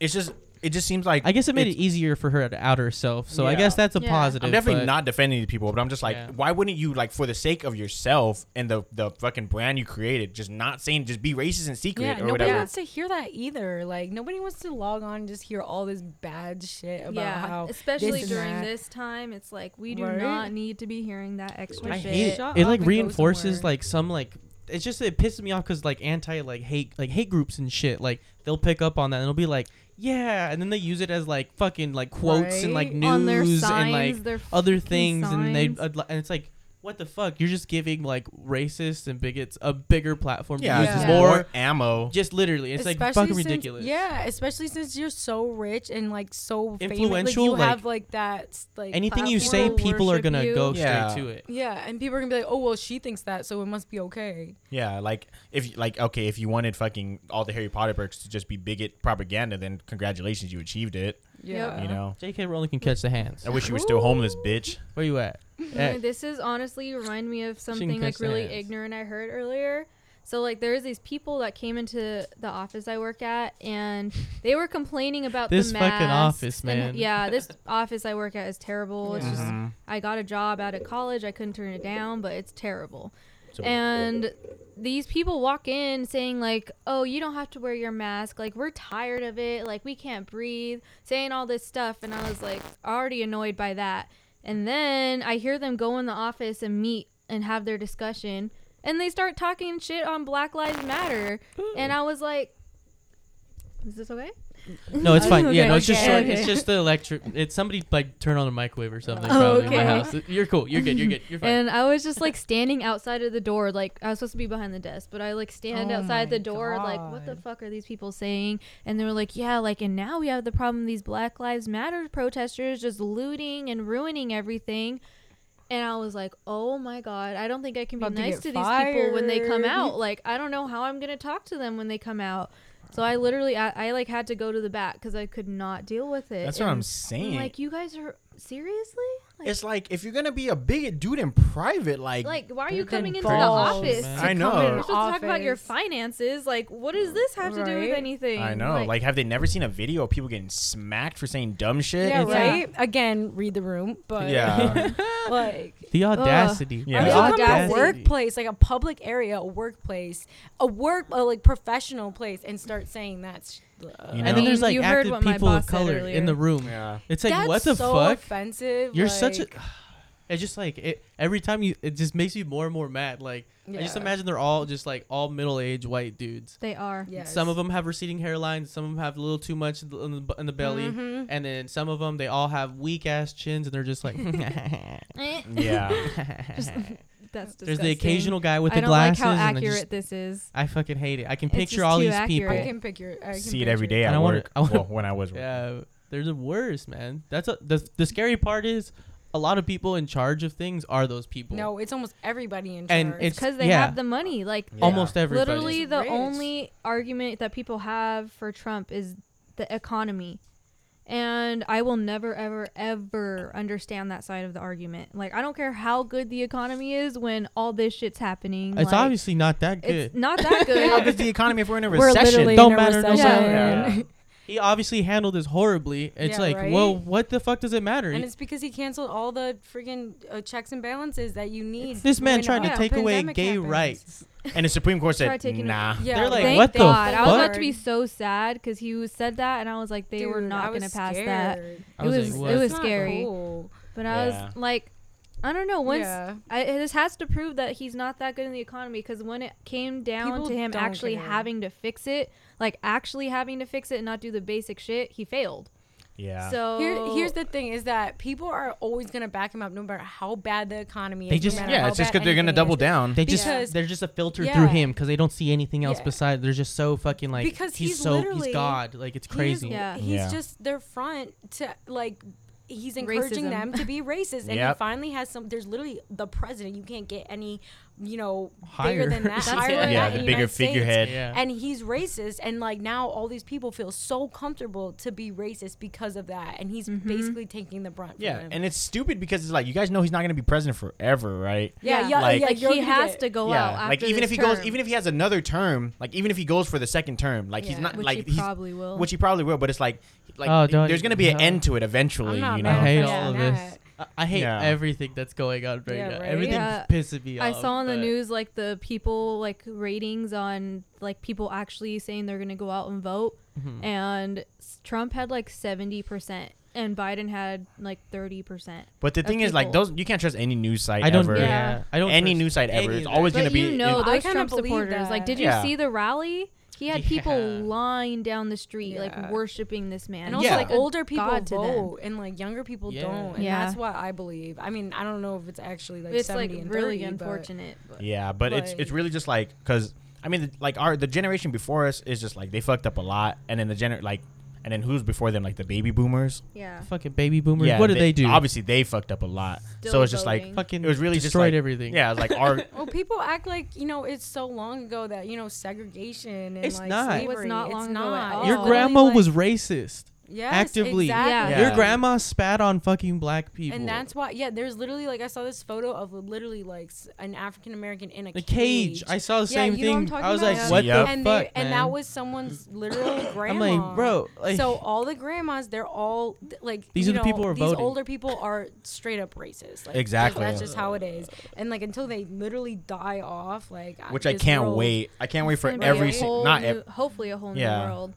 it's just, it just seems like.
I guess it made it
it's-
easier for her to out herself. So I
Yeah.
guess that's a
Yeah.
positive.
I'm definitely
but-
not defending these people, but I'm just like,
Yeah.
why wouldn't you like for the sake of yourself and the the fucking brand you created, just not saying, just be racist in secret
yeah,
or
nobody
whatever.
wants to hear that either. Like, nobody wants to log on and just hear all this bad shit about
yeah,
how.
especially
and
during
that.
this time, it's like we do
Right?
not need to be hearing that extra
I
shit.
hate it.
Shut
It
up
like
and go
reinforces
somewhere.
like some like it's just it pisses me off because like anti like hate like hate groups and shit like they'll pick up on that and it'll be like yeah and then they use it as like fucking like quotes and like
Right?
news
on their signs,
and like
their
other
fucking
things and they
signs.
uh, and it's like what the fuck you're just giving like racists and bigots a bigger platform
yeah,
to
it's
use
just
Yeah.
more
more
ammo.
just literally it's like fucking
since-
ridiculous
Yeah, especially since you're so rich and like so famous.
Influential,
Like, you
like,
have like that. s- Like
anything you say
platform.
People
people are
worship
gonna
you.
go
Yeah.
straight to it
Yeah, and people are gonna be like, "Oh, well, she thinks that, so it must be okay."
Yeah, like if like okay, if you wanted fucking all the Harry Potter books to just be bigot propaganda, then congratulations, you achieved it.
Yeah,
Uh,
You know,
J.K. Rowling can catch the hands
I wish you were still homeless, bitch.
where
[LAUGHS]
you at
You know,
Eh,
this is honestly remind me of something
kiss
like
their
really
ass.
ignorant I heard earlier. So like there was these people that came into the office I work at, and they were complaining about
This
the
fucking
masks
office,
and-
man.
yeah, this office I work at is terrible. It's just
Mhm.
I got a job out of college, I couldn't turn it down, but it's terrible.
So-
and these people walk in saying like, "Oh, you don't have to wear your mask. Like we're tired of it. Like we can't breathe." Saying all this stuff, and I was like already annoyed by that. And then I hear them go in the office and meet and have their discussion, and they start talking shit on Black Lives Matter, and I was like, "Is this okay?"
No, it's
[LAUGHS]
fine. Yeah, no, it's just
Oh, Okay,
short.
okay.
It's just the electric. It's somebody like turn on a microwave or something.
Oh,
probably in my
okay.
house. You're cool. You're good. You're good. You're fine.
And I was just like standing outside of the door, like I was supposed to be behind the desk, but I like stand
Oh
outside
my
the door, like what the
God.
fuck are these people saying? And they were like, yeah, like and now we have the problem these Black Lives Matter protesters just looting and ruining everything. And I was like, oh my god, I don't think I can be
About to
nice
get
to these people when they come
fired.
out. Like I don't know how I'm gonna talk to them when they come out. So I literally, I, I like had to go to the back because I could not deal with it.
That's what I'm
And
saying.
Like you guys are seriously. Like,
it's like if you're gonna be a bigot dude in private, like,
like why are
They're
you coming into the
getting balls,
office
man.
to
I
come
know.
in?
You're
you're supposed to talk about your
Office.
finances like what does this have to do with
Right?
anything
I know, like, have they never seen a video of people getting smacked for saying dumb shit?
Yeah,
It's-
right. Again, read the room, but
Yeah.
[LAUGHS]
[LAUGHS]
like
the audacity.
Yeah.
I
The
mean, you come to a
audacity.
workplace, like a public area, a workplace, a work, a, like professional place, and start saying that's.
You know?
And then there's like
You heard
active
what my
people of
boss said
color
earlier.
in the room.
yeah.
It's like
that's
what the
so
fuck?
offensive.
You're such a.
like,
[SIGHS] It's just like it, every time you, it just makes you more and more mad. Like I just
Yeah.
imagine they're all just like all middle-aged white dudes.
they are
Yes.
Some of them have receding hairlines. Some of them have a little too much in the, in the, bu- in the belly,
Mhm.
and then some of them they all have weak ass chins, and they're just like.
Yeah.
[LAUGHS] that's
There's the occasional guy with
I
the
don't
glasses.
like
and
how
I
accurate
just-
this is
I fucking hate it. I can
It's
picture
just
all
too
these
accurate.
I
people.
can picture. I can
See it every
picture
day
And
at
I wanna-
work.
I wanna-
well, when I was working.
Yeah, they're the worst, man. That's a, the the scary part is a lot of people in charge of things are those people.
No, it's almost everybody in charge.
And it's-
because they
yeah.
have the money like
Yeah.
almost everybody.
literally
Just
the
rich.
only argument that people have for trump is the economy and i will never ever ever understand that side of the argument like i don't care how good the economy is when all this shit's happening
it's
like,
obviously not that good.
it's not that
[LAUGHS]
How
good
good's the economy if we're in
[LAUGHS]
a
We're
recession?
literally-
don't
in a
matter. Don't
recession.
matter.
Yeah.
Yeah.
[LAUGHS]
He obviously handled this horribly. It's
Yeah,
like,
right?
well, what the fuck does it matter?
and it's because he canceled all the friggin' uh, checks and balances that you need.
this man
when
trying to
a
take away
pandemic
gay
happens.
rights.
and the Supreme Court
Try
said,
taking-
nah.
Yeah,
They're like,
Thank
what the
God. I was
fuck?
about to be so sad because he was- said that, and I was like, they were
Dude, I
not
was
going to pass that.
scared.
I
It
was, like,
was- it
what?
was-
It's not
scary.
cool.
But I
Yeah.
was like, I don't know. Once
Yeah.
I, this has to prove that he's not that good in the economy because when it came down
People
to him
don't
actually
get it.
having to fix it, like actually having to fix it and not do the basic shit, he failed.
Yeah.
So
Here, here's the thing: is that people are always gonna back him up, no matter how bad the economy
They
is. no
just-
matter
yeah,
how
it's just
bad
because they're going to
anything
double
is.
down.
they just
Because-
they're just a filter through
yeah.
him because they don't see anything else
Yeah.
besides. They're just so fucking like
Because
he's,
he's
so he's
literally-
God. Like it's crazy.
yeah.
He's
Yeah.
just their front to like. He's encouraging
Racism.
them to
[LAUGHS]
be racist, and
Yep.
he finally has some. There's literally the president. You can't get any, you know,
Higher.
bigger
[LAUGHS]
than that.
That's
higher
it.
than
yeah,
that
the
in
bigger
United States.
figurehead.
Yeah.
And he's racist, and like now all these people feel so comfortable to be racist because of that, and he's
Mm-hmm.
basically taking the brunt.
Yeah,
from him.
and it's stupid because it's like you guys know he's not going to be president forever, right?
yeah,
yeah,
yeah,
Like-
yeah.
like
you're
he
gonna
has
get-
to go out. After
like even if
this
he goes,
term,
even if he has another term, like even if he goes for the second term, like he's
Yeah.
not
which
like
he
he's,
probably will.
which he probably will, but it's like like
Oh, don't-
there's going to be an
no.
end to it eventually,
I'm not
you
I
mad
know.
at
hate
Yeah.
all of this. I, I hate
Yeah.
everything that's going on right
Yeah,
now.
right?
Everything's
Yeah.
pissing me
I
off,
saw on the
but-
news like the people like ratings on like people actually saying they're gonna go out and vote,
Mm-hmm.
Mhm.
and s- Trump had like seventy percent, and Biden had like thirty percent.
But the
Of
thing is like
people.
those you can't trust any news site
I don't.
ever.
Yeah.
Yeah.
I don't.
Any
trust
news site ever.
any
It's
of
always
that.
going
But
to be
you know
I
those
kinda
Trump
believe
supporters. Like,
that.
did you
Yeah.
see the rally? He had
Yeah.
people lying down the street,
Yeah.
like worshiping this man.
And also,
Yeah.
like older people
God to them.
vote, and like younger people
Yeah.
don't, and
Yeah.
that's what I believe. I mean, I don't know if it's actually like
it's like
seventy and
really
30, but-
unfortunate. But
Yeah, but it's it's
Like-
really just like because I mean, like our the generation before us is just like they fucked up a lot, and then the gener like, and then who's before them like the baby boomers.
yeah,
Fucking baby boomers. what did they, do?
Obviously, they fucked up a lot. so
Still
it's just like
voting.
Fucking
it was really just,
destroyed
like-
everything.
yeah, it's like
[LAUGHS]
our
Well, people act like you know it's so long ago that you know segregation and
It's
like
not. It
was
slavery.
not
it's
long ago at
not.
all.
It's
Your
Oh.
literally,
grandma
like-
was racist.
Yes,
actively.
Exactly.
Yeah.
Your grandma spat on fucking black people.
And that's why, yeah. There's literally like I saw this photo of literally like s- an African American in a
the cage. I saw the
Yeah,
same
you know what I'm
thing.
talking
I was
about?
like,
Yeah.
what
Yep.
the
and
fuck,
they, and
man?
that was someone's literal
I'm
grandma.
like, bro, like,
so all the grandmas, they're all th- like
These are
you
the
know,
people who are
these
voting.
older people are straight up racist. Like,
Exactly.
That's just how it is. And like until they literally die off, like
which I
this
can't
world-
wait. I can't wait
It's
for
gonna be
every
a
si-
whole
not
new,
ev-
hopefully a whole
Yeah.
new world.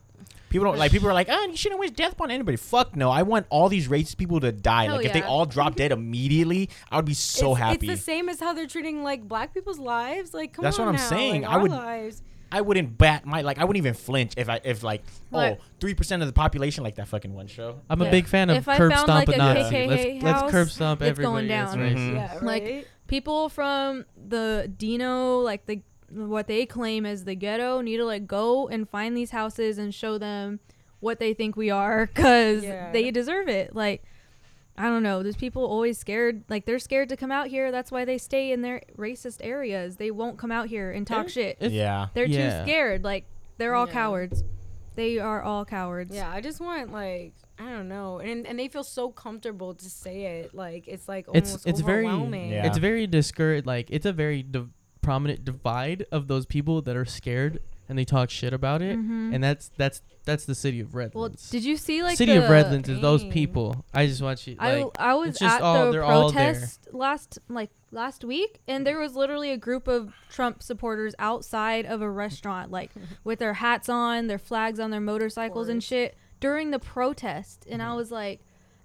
people don't
[LAUGHS]
like people are like, "Oh, you shouldn't wish death upon anybody." Fuck no. I want all these racist people to die.
Hell
like if they
yeah.
[LAUGHS]
all drop dead immediately, I would be so
it's,
happy.
It's the same as how they're treating like black people's lives. Like come
That's
on
what I'm
now,
saying.
like,
I
our
would-
lives.
I wouldn't bat my like I wouldn't even flinch if I if like oh
Like-
three percent of the population like that fucking one show.
I'm a
Yeah.
big fan of
If I
curb
found,
stomp
like,
and
a
Nazi.
KKK
Let's, let's
house,
curb stomp
it's
everybody.
going
that's
down.
racist.
Mhm.
Yeah, right.
Like, people from the Dino, like the what they claim as the ghetto, need to like go and find these houses and show them what they think we are because
Yeah.
they deserve it. Like, I don't know. There's people always scared. Like, they're scared to come out here. That's why they stay in their racist areas. They won't come out here and talk shit.
It's-
yeah.
They're
Yeah.
too scared. Like, they're all
Yeah.
cowards. They are all cowards.
Yeah, I just want like I don't know, and and they feel so comfortable to say it. Like it's like
It's-
almost
it's very-
overwhelming.
Yeah.
It's very discouraged. Like it's a very div- prominent divide of those people that are scared and they talk shit about it.
Mhm.
And that's that's that's the city of Redlands.
Well, did you see like
city
the,
of Redlands is those
Dang.
people. I just want you.
I,
Like,
I was
it's just
at
all-
the
they're all there.
protest last like last week and there was literally a group of Trump supporters outside of a
[LAUGHS]
restaurant like with their hats on, their flags on their motorcycles and
course.
shit during the protest and
Mm-hmm.
I was like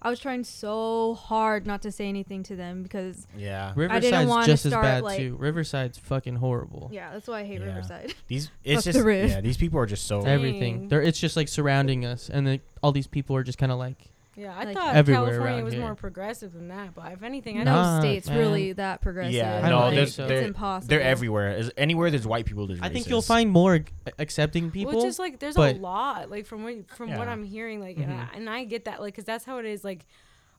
I was trying so hard not to say anything to them because
Yeah.
wanna
Riverside's just as
start,
bad
like-
too. Riverside's fucking horrible.
yeah, that's why I hate
Yeah.
Riverside.
These
Fuck
it's
the
just
roof.
yeah, these people are just so
Everything.
Dang.
There, it's just like surrounding us, and then all these people are just kind of like.
Yeah, I
Like,
thought
everywhere
California
around
was
here.
more progressive than that, but if anything, I
no
know
Nah,
state's
man.
really that progressive.
Yeah,
no,
like,
there's-
it's
they're- they're
impossible.
They're everywhere. Is anywhere there's white people there's
I think you'll
racist.
find more ac- accepting people.
Well, it's just like there's a
but-
lot, like from what from what
Yeah. Mm-hmm.
I'm hearing, like and, I, and I get that, like because that's how it is. Like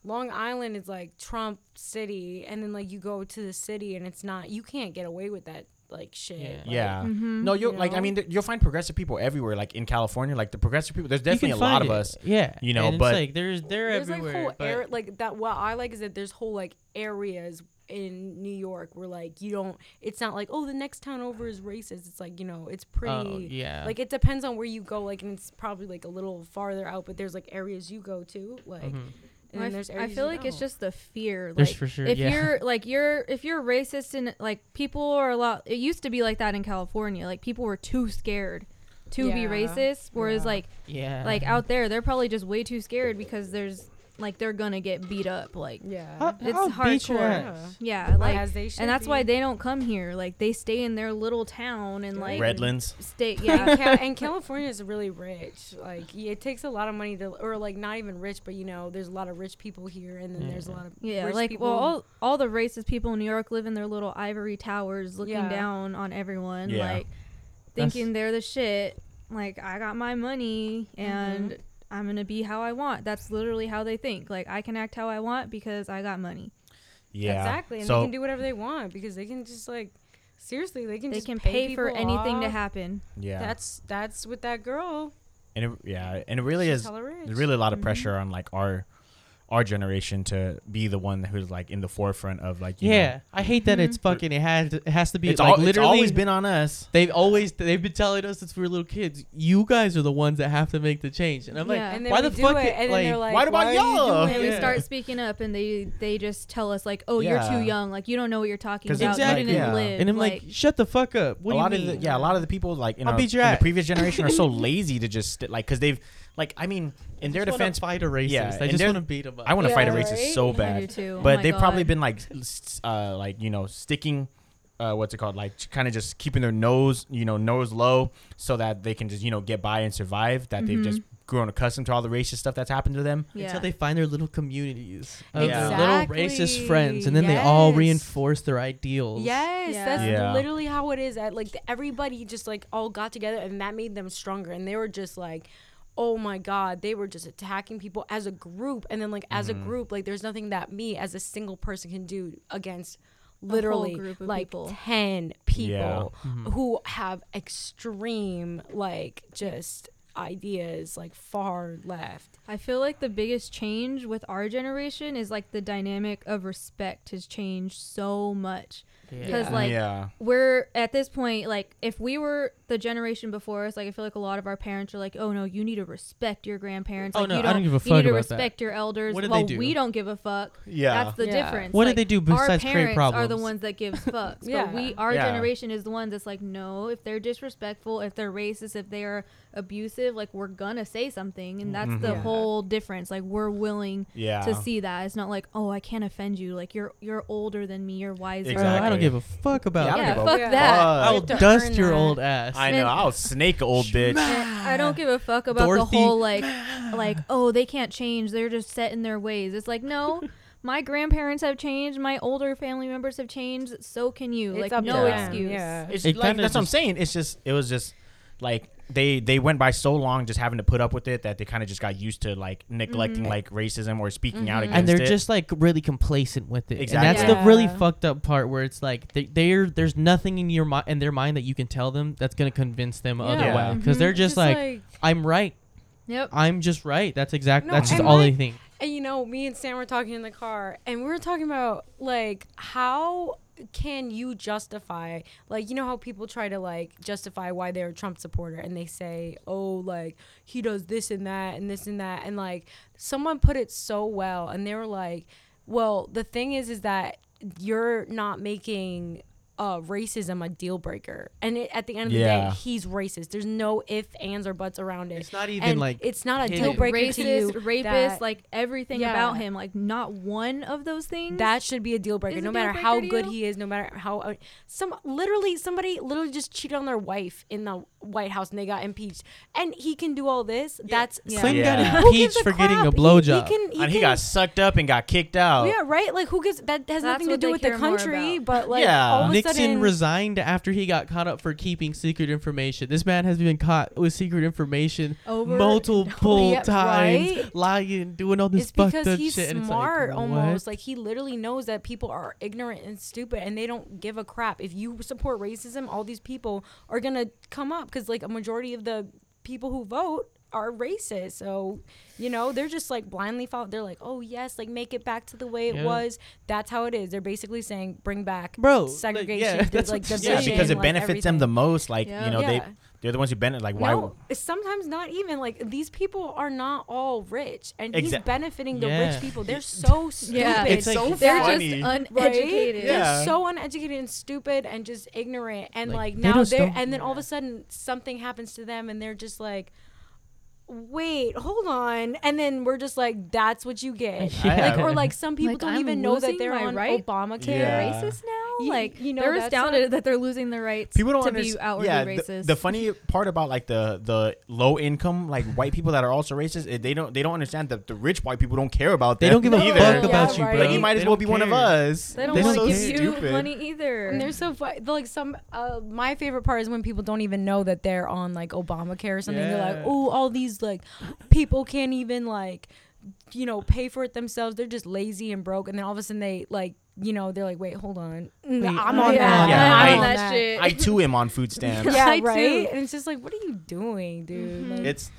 Long Island is like Trump City, and then like you go to the city, and it's not you can't get away with that like shit.
Yeah.
Like,
Yeah.
Mm-hmm.
No, you'll
You
like. I
know?
mean, th- you'll find progressive people everywhere. Like in California, like the progressive people. There's
you
definitely
can
a lot
find
of
it.
us.
Yeah,
you know,
and it's
but-
like there's they're
there's like
everywhere.
whole
but-
air like that. What I like is that there's whole like areas in New York where like you don't. It's not like oh the next town over is racist. It's like you know it's pretty.
oh yeah.
Like it depends on where you go, like, and it's probably like a little farther out, but there's like areas you go to, like,
Mhm.
and
I,
then
f-
there's
I
areas
feel
you
like it's
don't.
just the fear.
There's
like,
for sure-
If
yeah. [LAUGHS]
you're like you're if you're racist and like people are a lot. It used to be like that in California. Like people were too scared to be
Yeah.
racist. Whereas
Yeah.
like
yeah.
like out there, they're probably just way too scared because there's like they're gonna get beat up. Like
yeah.
I'll-
it's
I'll beat your
hardcore.
ass.
yeah, like
As they should
and that's
be.
why they don't come here. Like they stay in their little town and like
Redlands.
[LAUGHS]
state.
and,
Yeah,
Ca- and California is really rich. Like y- it takes a lot of money to, or like not even rich, but you know, there's a lot of rich people here, and then
Mm-hmm.
there's a lot of
yeah.
rich
Like
people.
well, all, all the racist people in New York live in their little ivory towers, looking
Yeah.
down on everyone.
Yeah.
Like thinking they're the shit. Like I got my money
Mm-hmm.
and I'm gonna be how I want. That's literally how they think. Like I can act how I want because I got money.
Yeah.
exactly, and
so
they can do whatever they want because they can just like seriously, they can
They
just
can pay, for
people
anything to
off.
happen.
yeah,
That's that's with that girl.
and it, yeah, and it really
She's
is.
hella rich.
There's really a lot
mm-hmm.
of pressure on like our our generation to be the one who's like in the forefront of like you know-
Yeah, I hate that it's fucking. It had it has to be
it's,
like
al- it's
literally.
always been on us.
They've always they've been telling us since we were little kids. You guys are the ones that have to make the change, and I'm
Yeah.
like,
And then
why
we
the
do
fuck?
it,
it-
and
like,
then they're like,
"Why do I
why are you
yell?"
doing
And we
Yeah.
this?"
start speaking up, and they they just tell us like, "Oh,
Yeah.
you're too young. Like you don't know what you're talking
'Cause
about.
exactly,
You didn't
yeah.
live."
and I'm like, shut the fuck up. What
a
do you
lot
mean?
of the, yeah, a lot of the people like in,
I'll
our,
beat your
in the
ass.
previous generation
[LAUGHS]
are so lazy to just st- like because they've like I mean in their
Just wanna
defense
fight a racist.
Yeah,
I
and
just
they're-
want to beat them up.
I want to
Yeah,
fight a racist
right?
so
I do
bad.
too. Oh
but
my
they've probably
God.
been like, s- uh, like you know, sticking, uh, what's it called? Like kind of just keeping their nose, you know, nose low, so that they can just you know get by and survive. That
Mm-hmm.
they've just grown accustomed to all the racist stuff that's happened to them.
yeah.
Until they find their little communities of
Yeah.
little racist
Exactly.
friends, and then they all
Yes.
reinforce their ideals.
Yes,
Yeah.
that's
Yeah.
literally how it is. At like th- everybody just like all got together, and that made them stronger. And they were just like, oh my god, they were just attacking people as a group. And then like as a group, like there's nothing that me as a single person can do against literally
group of
like
people. Mm-hmm.
ten people
Yeah.
who have extreme like just ideas like far left.
I feel like the biggest change with our generation is like the dynamic of respect has changed so much. Because like
yeah.
we're at this point, like if we were the generation before us, like I feel like a lot of our parents are like, "Oh no, you need to respect your grandparents.
Oh,
like,
no,
you
I don't give a
You
fuck
need to
about that."
respect your elders."
What did they
well,
do?
we don't give a fuck.
Yeah.
That's the
Yeah.
difference.
What did
Like,
they do besides
our
create
parents Are the
problems?
ones
[LAUGHS]
that gives fucks.
Yeah.
But we, our
Yeah.
generation, is the ones that's like, no. If they're disrespectful, if they're racist, if they are abusive, like we're gonna say something, and that's the
Mhm. Yeah.
whole difference. Like we're willing
Mm-hmm. yeah.
to see that. It's not like, oh, I can't offend you. Like you're you're older than me. You're wiser.
Bro, I
Exactly.
don't give a fuck about.
Yeah, I don't
Yeah,
give a
fuck that.
fuck.
I will
have to earn
dust your
that.
old ass.
I know. I'll snake a old bitch.
I I don't give a fuck about
Dorothy.
the whole like like oh they can't change they're just set in their ways. It's like
[LAUGHS]
no, my grandparents have changed, my older family members have changed, so can you.
It's
like
up
no
to them,
excuse.
Yeah.
It's
It
like
kinda
that's what I'm
just-
saying. It's just it was just like they they went by so long just having to put up with it that they kind of just got used to like neglecting
Mm-hmm.
like racism or speaking out against
and they're
it.
just like really complacent with it. And that's
Exactly.
the really
Mm. Yeah.
fucked up part where it's like they, they're there's nothing in your mind in their mind that you can tell them that's gonna convince them
Yeah. Mm-hmm.
otherwise because
Mhm.
they're just, like, I'm right.
Yep.
I'm just right. That's exactly
No,
that's just
and
all
like-
they think.
And you know, me and Sam were talking in the car, and we were talking about like how can you justify like you know how people try to like justify why they're a Trump supporter and they say, "Oh, like he does this and that and this and that." And like someone put it so well and they were like, "Well, the thing is is that you're not making uh, racism a deal breaker, and it, at the end of the
Yeah.
day, he's racist. There's no if, ands, or buts around it.
It's not even,
And
like,
it's not a
hidden.
deal
Like,
breaker to you.
Racist, rapist,
that-
like everything
Yeah.
about him, like not one of those things.
that should be a deal breaker.
Is
no
a deal
matter
breaker
how
to
good
you?
he is, no matter how uh, some literally somebody literally just cheated on their wife in the White House and they got impeached. And he can do all this. That's
Yeah.
Clinton
Yeah.
got
Who gives
impeached for getting a
crap? He-
blowjob.
He, can. He,
and he
can-
got sucked up and got kicked out.
Yeah, right. Like who gives that has
That's
nothing to
what
do
they
with the
care more
country,
about.
but like
Yeah.
all of a
Nixon
sudden,
resigned after he got caught up for keeping secret information. This man has been caught with secret information
Over
multiple
[LAUGHS] Yep,
times,
right?
lying, doing all this
it's
fucked
because
up
he's
shit. and it's like,
smart almost
what?
like he literally knows that people are ignorant and stupid and they don't give a crap if you support racism all these people are gonna come up because like a majority of the people who vote are racist so you know they're just like blindly follow they're like oh yes like make it back to the way it
Yeah.
was that's how it is they're basically saying bring back
Bro, like,
segregation
yeah,
like,
that's [LAUGHS]
like
what I'm
division,
saying.
Yeah, because it
like,
benefits them the
everything.
most. Like
Yeah.
you know
Yeah.
they they're the ones who benefit. Like why?
no, it's sometimes not even like these people are not all rich, and he's
Exac-
benefiting the
Yeah.
rich people. They're
[LAUGHS]
so stupid.
Yeah.
It's like-
so
they're
funny.
just
Right?
uneducated.
Yeah.
They're so uneducated and stupid and just ignorant and
Like,
like,
they
now
just
they're
don't-
and then all of a sudden something happens to them and they're just like wait hold on and then we're just like that's what you get
Yeah.
like or like some people
Like,
don't
I'm
even know that
losing
they're
my
on
right
obamacare
Yeah.
Racist now,
You-
like
you know,
they're
that's
astounded
not-
that they're losing their rights
People don't
to
understand.
be outwardly
yeah, the-
racist.
The, funny part about like the the low income like white people that are also racist, it- they don't they don't understand that the rich white people don't care about
They
them
don't give a
either.
fuck
Yeah,
about you,
right.
bro.
Like you might as
They
well
don't
be one of
care.
us.
they don't
They
want
don't
to give
care.
you
stupid.
money either.
And they're so funny. Like some, uh, my favorite part is when people don't even know that they're on like Obamacare or something. They're
Yeah.
like, oh, all these like people can't even like, you know, pay for it themselves. They're just lazy and broke. And then all of a sudden they like, you know, they're like, wait, hold on, [LAUGHS] Mm,
Wait,
I'm
I-
on that.
Yeah,
I'm
I-
on
that
that.
shit.
I too am on food stamps.
[LAUGHS]
[LAUGHS]
Yeah,
I do.
right. Mm-hmm. And it's just like, what are you doing, dude? Like,
It's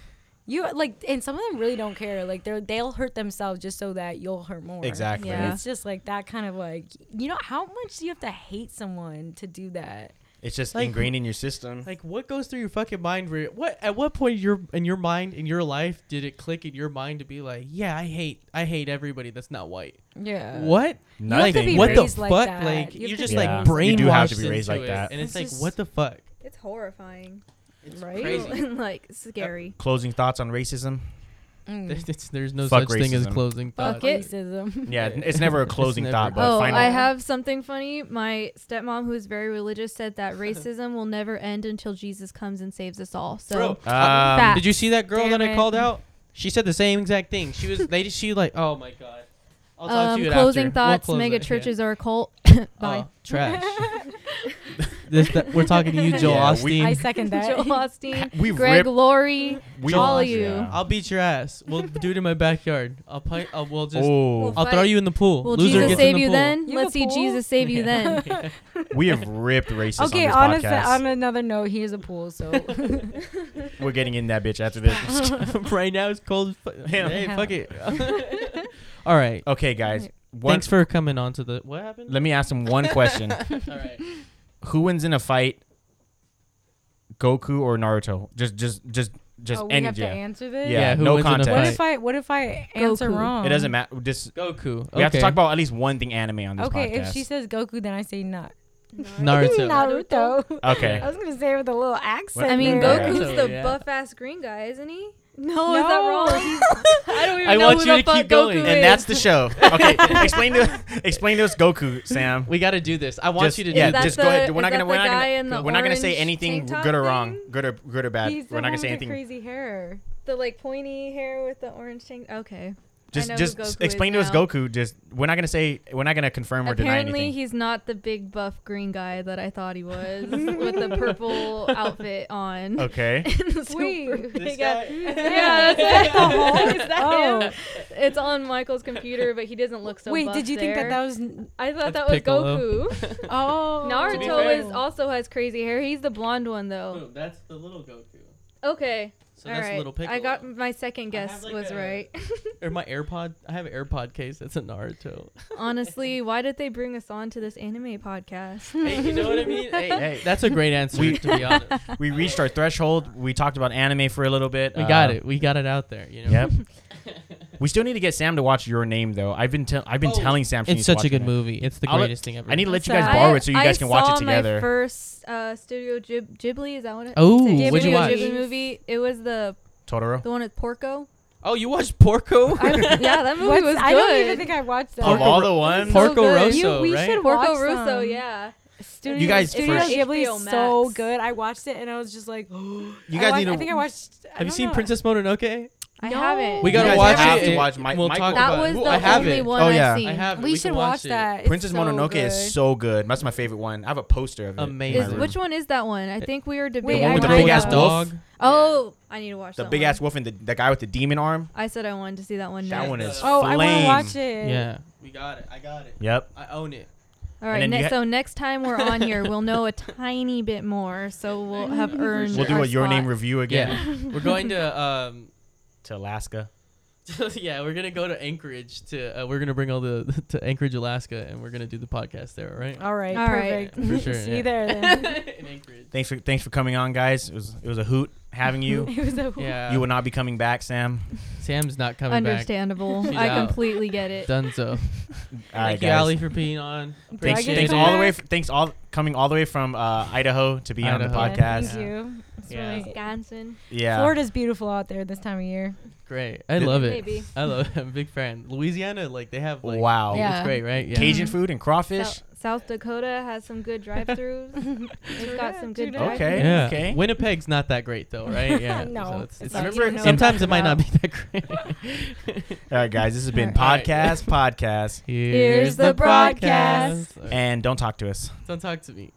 you like, and some of them really don't care. Like they're they'll hurt themselves just so that you'll hurt more.
exactly.
Yeah.
It's just like that kind of like, you know, how much do you have to hate someone to do that?
It's just
Like-
ingrained in your system.
Like what goes through your fucking mind? Where what at what point in your in your mind in your life did it click in your mind to be like, yeah, I hate I hate everybody that's not white.
Yeah.
What?
Uh, have to
Like
be
Nothing.
what the
raised
fuck?
like that.
like
You have
you are
to
just
be
like
raised like
brained.
that. You do have to be
into
raised like
it,
that.
and it's,
It's
like
just-
what the fuck?
It's horrifying.
right?
[LAUGHS]
crazy.
like scary.
Closing thoughts on
[LAUGHS]
racism.
Mm.
It's- [LAUGHS] there's no
Fuck
such thing as
racism.
closing
Fuck
thoughts.
it.
Racism. [LAUGHS]
Yeah, it's never a
It's
closing
never
thought,
a
but
oh,
final.
I have something funny. My stepmom, who's very religious, said
[LAUGHS]
that racism will never end until Jesus comes and saves us all. So
Bro,
Um,
fact.
Did you see that girl
Damn
that I
it.
called out? She said the same exact thing. She was they she like oh my god. I'll talk
um,
to you
closing
after. We'll [LAUGHS]
thoughts:
close
mega
it, yeah.
[LAUGHS] churches are a cult. Bye.
Oh, trash. Oh, [LAUGHS] This, that, we're talking to you, Joel
Yeah, we- [LAUGHS]
Austin.
I
[LAUGHS]
second that.
Joel Austin,
We
Greg
rip-
Laurie.
we
all of you.
I'll beat your ass.
[LAUGHS]
We'll do it in my backyard. I'll play. Uh, we'll just.
Oh,
Well,
I'll throw
fight.
you in the pool.
Will
Loser
Jesus
gets in
save
the
you
pool.
then?
You
Let's
have
see
a pool?
Jesus
[LAUGHS]
save you then.
we have ripped racists
Okay, on
on this
a,
podcast.
on another note, he is a pool, so [LAUGHS]
We're getting in that bitch after this.
right now it's cold. as fu-
Yeah.
Hey,
Yeah.
fuck
[LAUGHS]
it. [LAUGHS] All right.
okay, guys. One,
Thanks for coming on to the. What happened?
Let me ask him one question:
All right.
Who wins in a fight, Goku or Naruto? Just, just, just, just
oh, we
end
have
it.
to
Yeah,
answer this.
Yeah, who
no
wins in a
What
fight?
contest.
if I what if I answer
Goku.
wrong?
It doesn't matter. Just
Goku. Okay.
[LAUGHS] we have to talk about at least one thing anime on this
Okay,
podcast.
if she says Goku, then I say not.
Naruto.
Naruto.
okay,
I was gonna say it with a little accent.
I mean,
Yeah.
there.
Goku's
Naruto,
the
yeah.
buff ass green guy, isn't he? No,
is that wrong?
[LAUGHS] I don't even
I
know
want
who
you
the
to
fuck
keep
Goku
going.
is.
and that's the show. Okay, explain to explain to us Goku, Sam.
We got to do this. I want
Just,
you to
yeah,
do this.
that
just
the-
go ahead. We're
is
not
that
gonna we're
the
not
guy in
gonna
the
we're not gonna say
orange
anything
tank top
good or wrong,
thing?
good or good or bad.
He's the
we're not gonna
one
say
with
anything.
crazy hair.
[LAUGHS] the like pointy hair with the orange tank. Okay.
Just
know who
just
Goku is
explain to us
now.
Goku. Just we're not gonna say we're not gonna confirm or deny
Apparently,
anything.
he's not the big buff green guy that I thought
[LAUGHS]
he was with the purple outfit [LAUGHS] on.
Oh.
okay.
And the super
Wait,
big [LAUGHS]
This
guy-
guy-
[LAUGHS] Yeah,
[LAUGHS]
[LAUGHS]
that's that the whole. Is that
Oh.
him? It's on Michael's computer, but he doesn't look so.
Wait,
buff
did you think
there.
that that was? n-
I thought
That's
that was
Piccolo.
Goku.
[LAUGHS]
Oh,
Naruto is also has crazy hair. He's the blonde one though.
that's the little Goku.
Okay.
So
all
that's
right.
little Piccolo.
I got my second
I have,
guess
like,
was
a-
right. [LAUGHS]
or my AirPod. I have an AirPod case. That's a Naruto.
Honestly, why did they bring us on to this anime
[LAUGHS]
podcast?
hey, you know what I
[LAUGHS]
mean? Hey,
Hey.
that's a great answer.
We-
to be
[LAUGHS]
honest,
we reached our threshold. We talked about anime for a little bit.
we
Uh,
got it. We got it out there. You know.
Yep. [LAUGHS] we still need to get Sam to watch Your Name though. I've been tell I've been
Oh,
telling Sam she
It's
needs to
such a
watch
good
it.
movie. It's the
I'll let-
greatest thing ever.
I need to let you
What's
guys
that?
borrow it so you
I
guys can watch
saw
it
My
together.
first uh, Studio Ghib- Ghibli. Is that what? It,
Oh,
is
what'd
it
you
Studio
watch?
Ghibli movie. It was the
Totoro.
the one with Porco.
oh, you watched Porco?
[LAUGHS] I, yeah, that movie
What's-
was good.
I don't even think I watched that.
Of
Porco
all
Ro-
the ones,
[LAUGHS]
Por-
Porco
good.
Rosso,
You- we
right?
should
Porco
watch
Russo.
some.
Yeah.
Studio,
You guys
Studio
first-
Ghibli is
HBO
so
Max.
good. I watched it and I was just like, [GASPS]
you
I
guys
wa-
need to.
I think I watched. I
Have you
don't
seen
know.
Princess Mononoke?
I
No.
haven't.
We
You
gotta
guys
watch
have
it.
to
and
watch Mi-
we'll
Michael
talk
That
about
was
it.
the
I have
only
it.
one
Oh,
I've
yeah. I
seen.
I have. it.
We,
can
should watch
it.
that. It's
Princess
so
Mononoke
good.
is so good. That's my favorite one. I have a poster of it. in my
Amazing.
Is,
room.
which one is that one? I think we were
Wait,
debating.
The one
I
with the
might
big ass
watch.
dog.
Oh, I need to watch
The
that
big
one.
ass wolf and the, the guy with the demon arm.
I said I wanted to see that one.
That
next.
one is
Oh, I want
flame.
to watch it.
Yeah. We got it. I got it.
Yep.
I own it.
All
And
right.
then you
Ne-
ha-
so next time we're on here, we'll know a tiny bit more. So we'll have earned.
We'll do
our
a your name
spot.
review again
Yeah. We're going to um
to Alaska.
[LAUGHS] yeah, we're gonna go to Anchorage to uh, we're gonna bring all the [LAUGHS] to Anchorage, Alaska, and we're gonna do the podcast there, all
[LAUGHS]
right?
All right.
All right.
For
perfect. [LAUGHS]
sure,
See
yeah.
you there then.
In [LAUGHS] Anchorage.
Thanks for thanks for coming on, guys. It was it was a hoot having you.
it was a
[LAUGHS] Yeah.
you will not be coming back, Sam.
Sam's not coming
Understandable.
She's
I
out.
completely get it.
back. Dunzo.
All right,
Thank you,
guys.
Allie, for being on.
Do I
Thanks,
get
Appreciate
thanks
it.
all the way. f- thanks all coming all the way from uh, Idaho to be on the
Idaho.
Yeah,
podcast.
Thank you. It's
Yeah.
really-
Wisconsin.
Yeah.
Florida's beautiful out there this time of year.
Great. I love it.
Maybe.
I love it. [LAUGHS] I'm a big fan. Louisiana, like they have like
wow.
Yeah.
it's great, right? Yeah.
Cajun food and crawfish.
South, South Dakota has some good drive-throughs. They've got some good.
Judah.
Okay.
drive-throughs.
Yeah.
Okay.
Winnipeg's not that great though, right? Yeah. [LAUGHS]
[LAUGHS] No,
So
it's
not.
it's-
You don't know
sometimes it
what
might
I'm
not be
talking
that great. [LAUGHS]
All right, guys. This has been
All
right.
podcast, podcast,
Here's
the broadcast.
broadcast.
and don't talk to us.
Don't talk to me.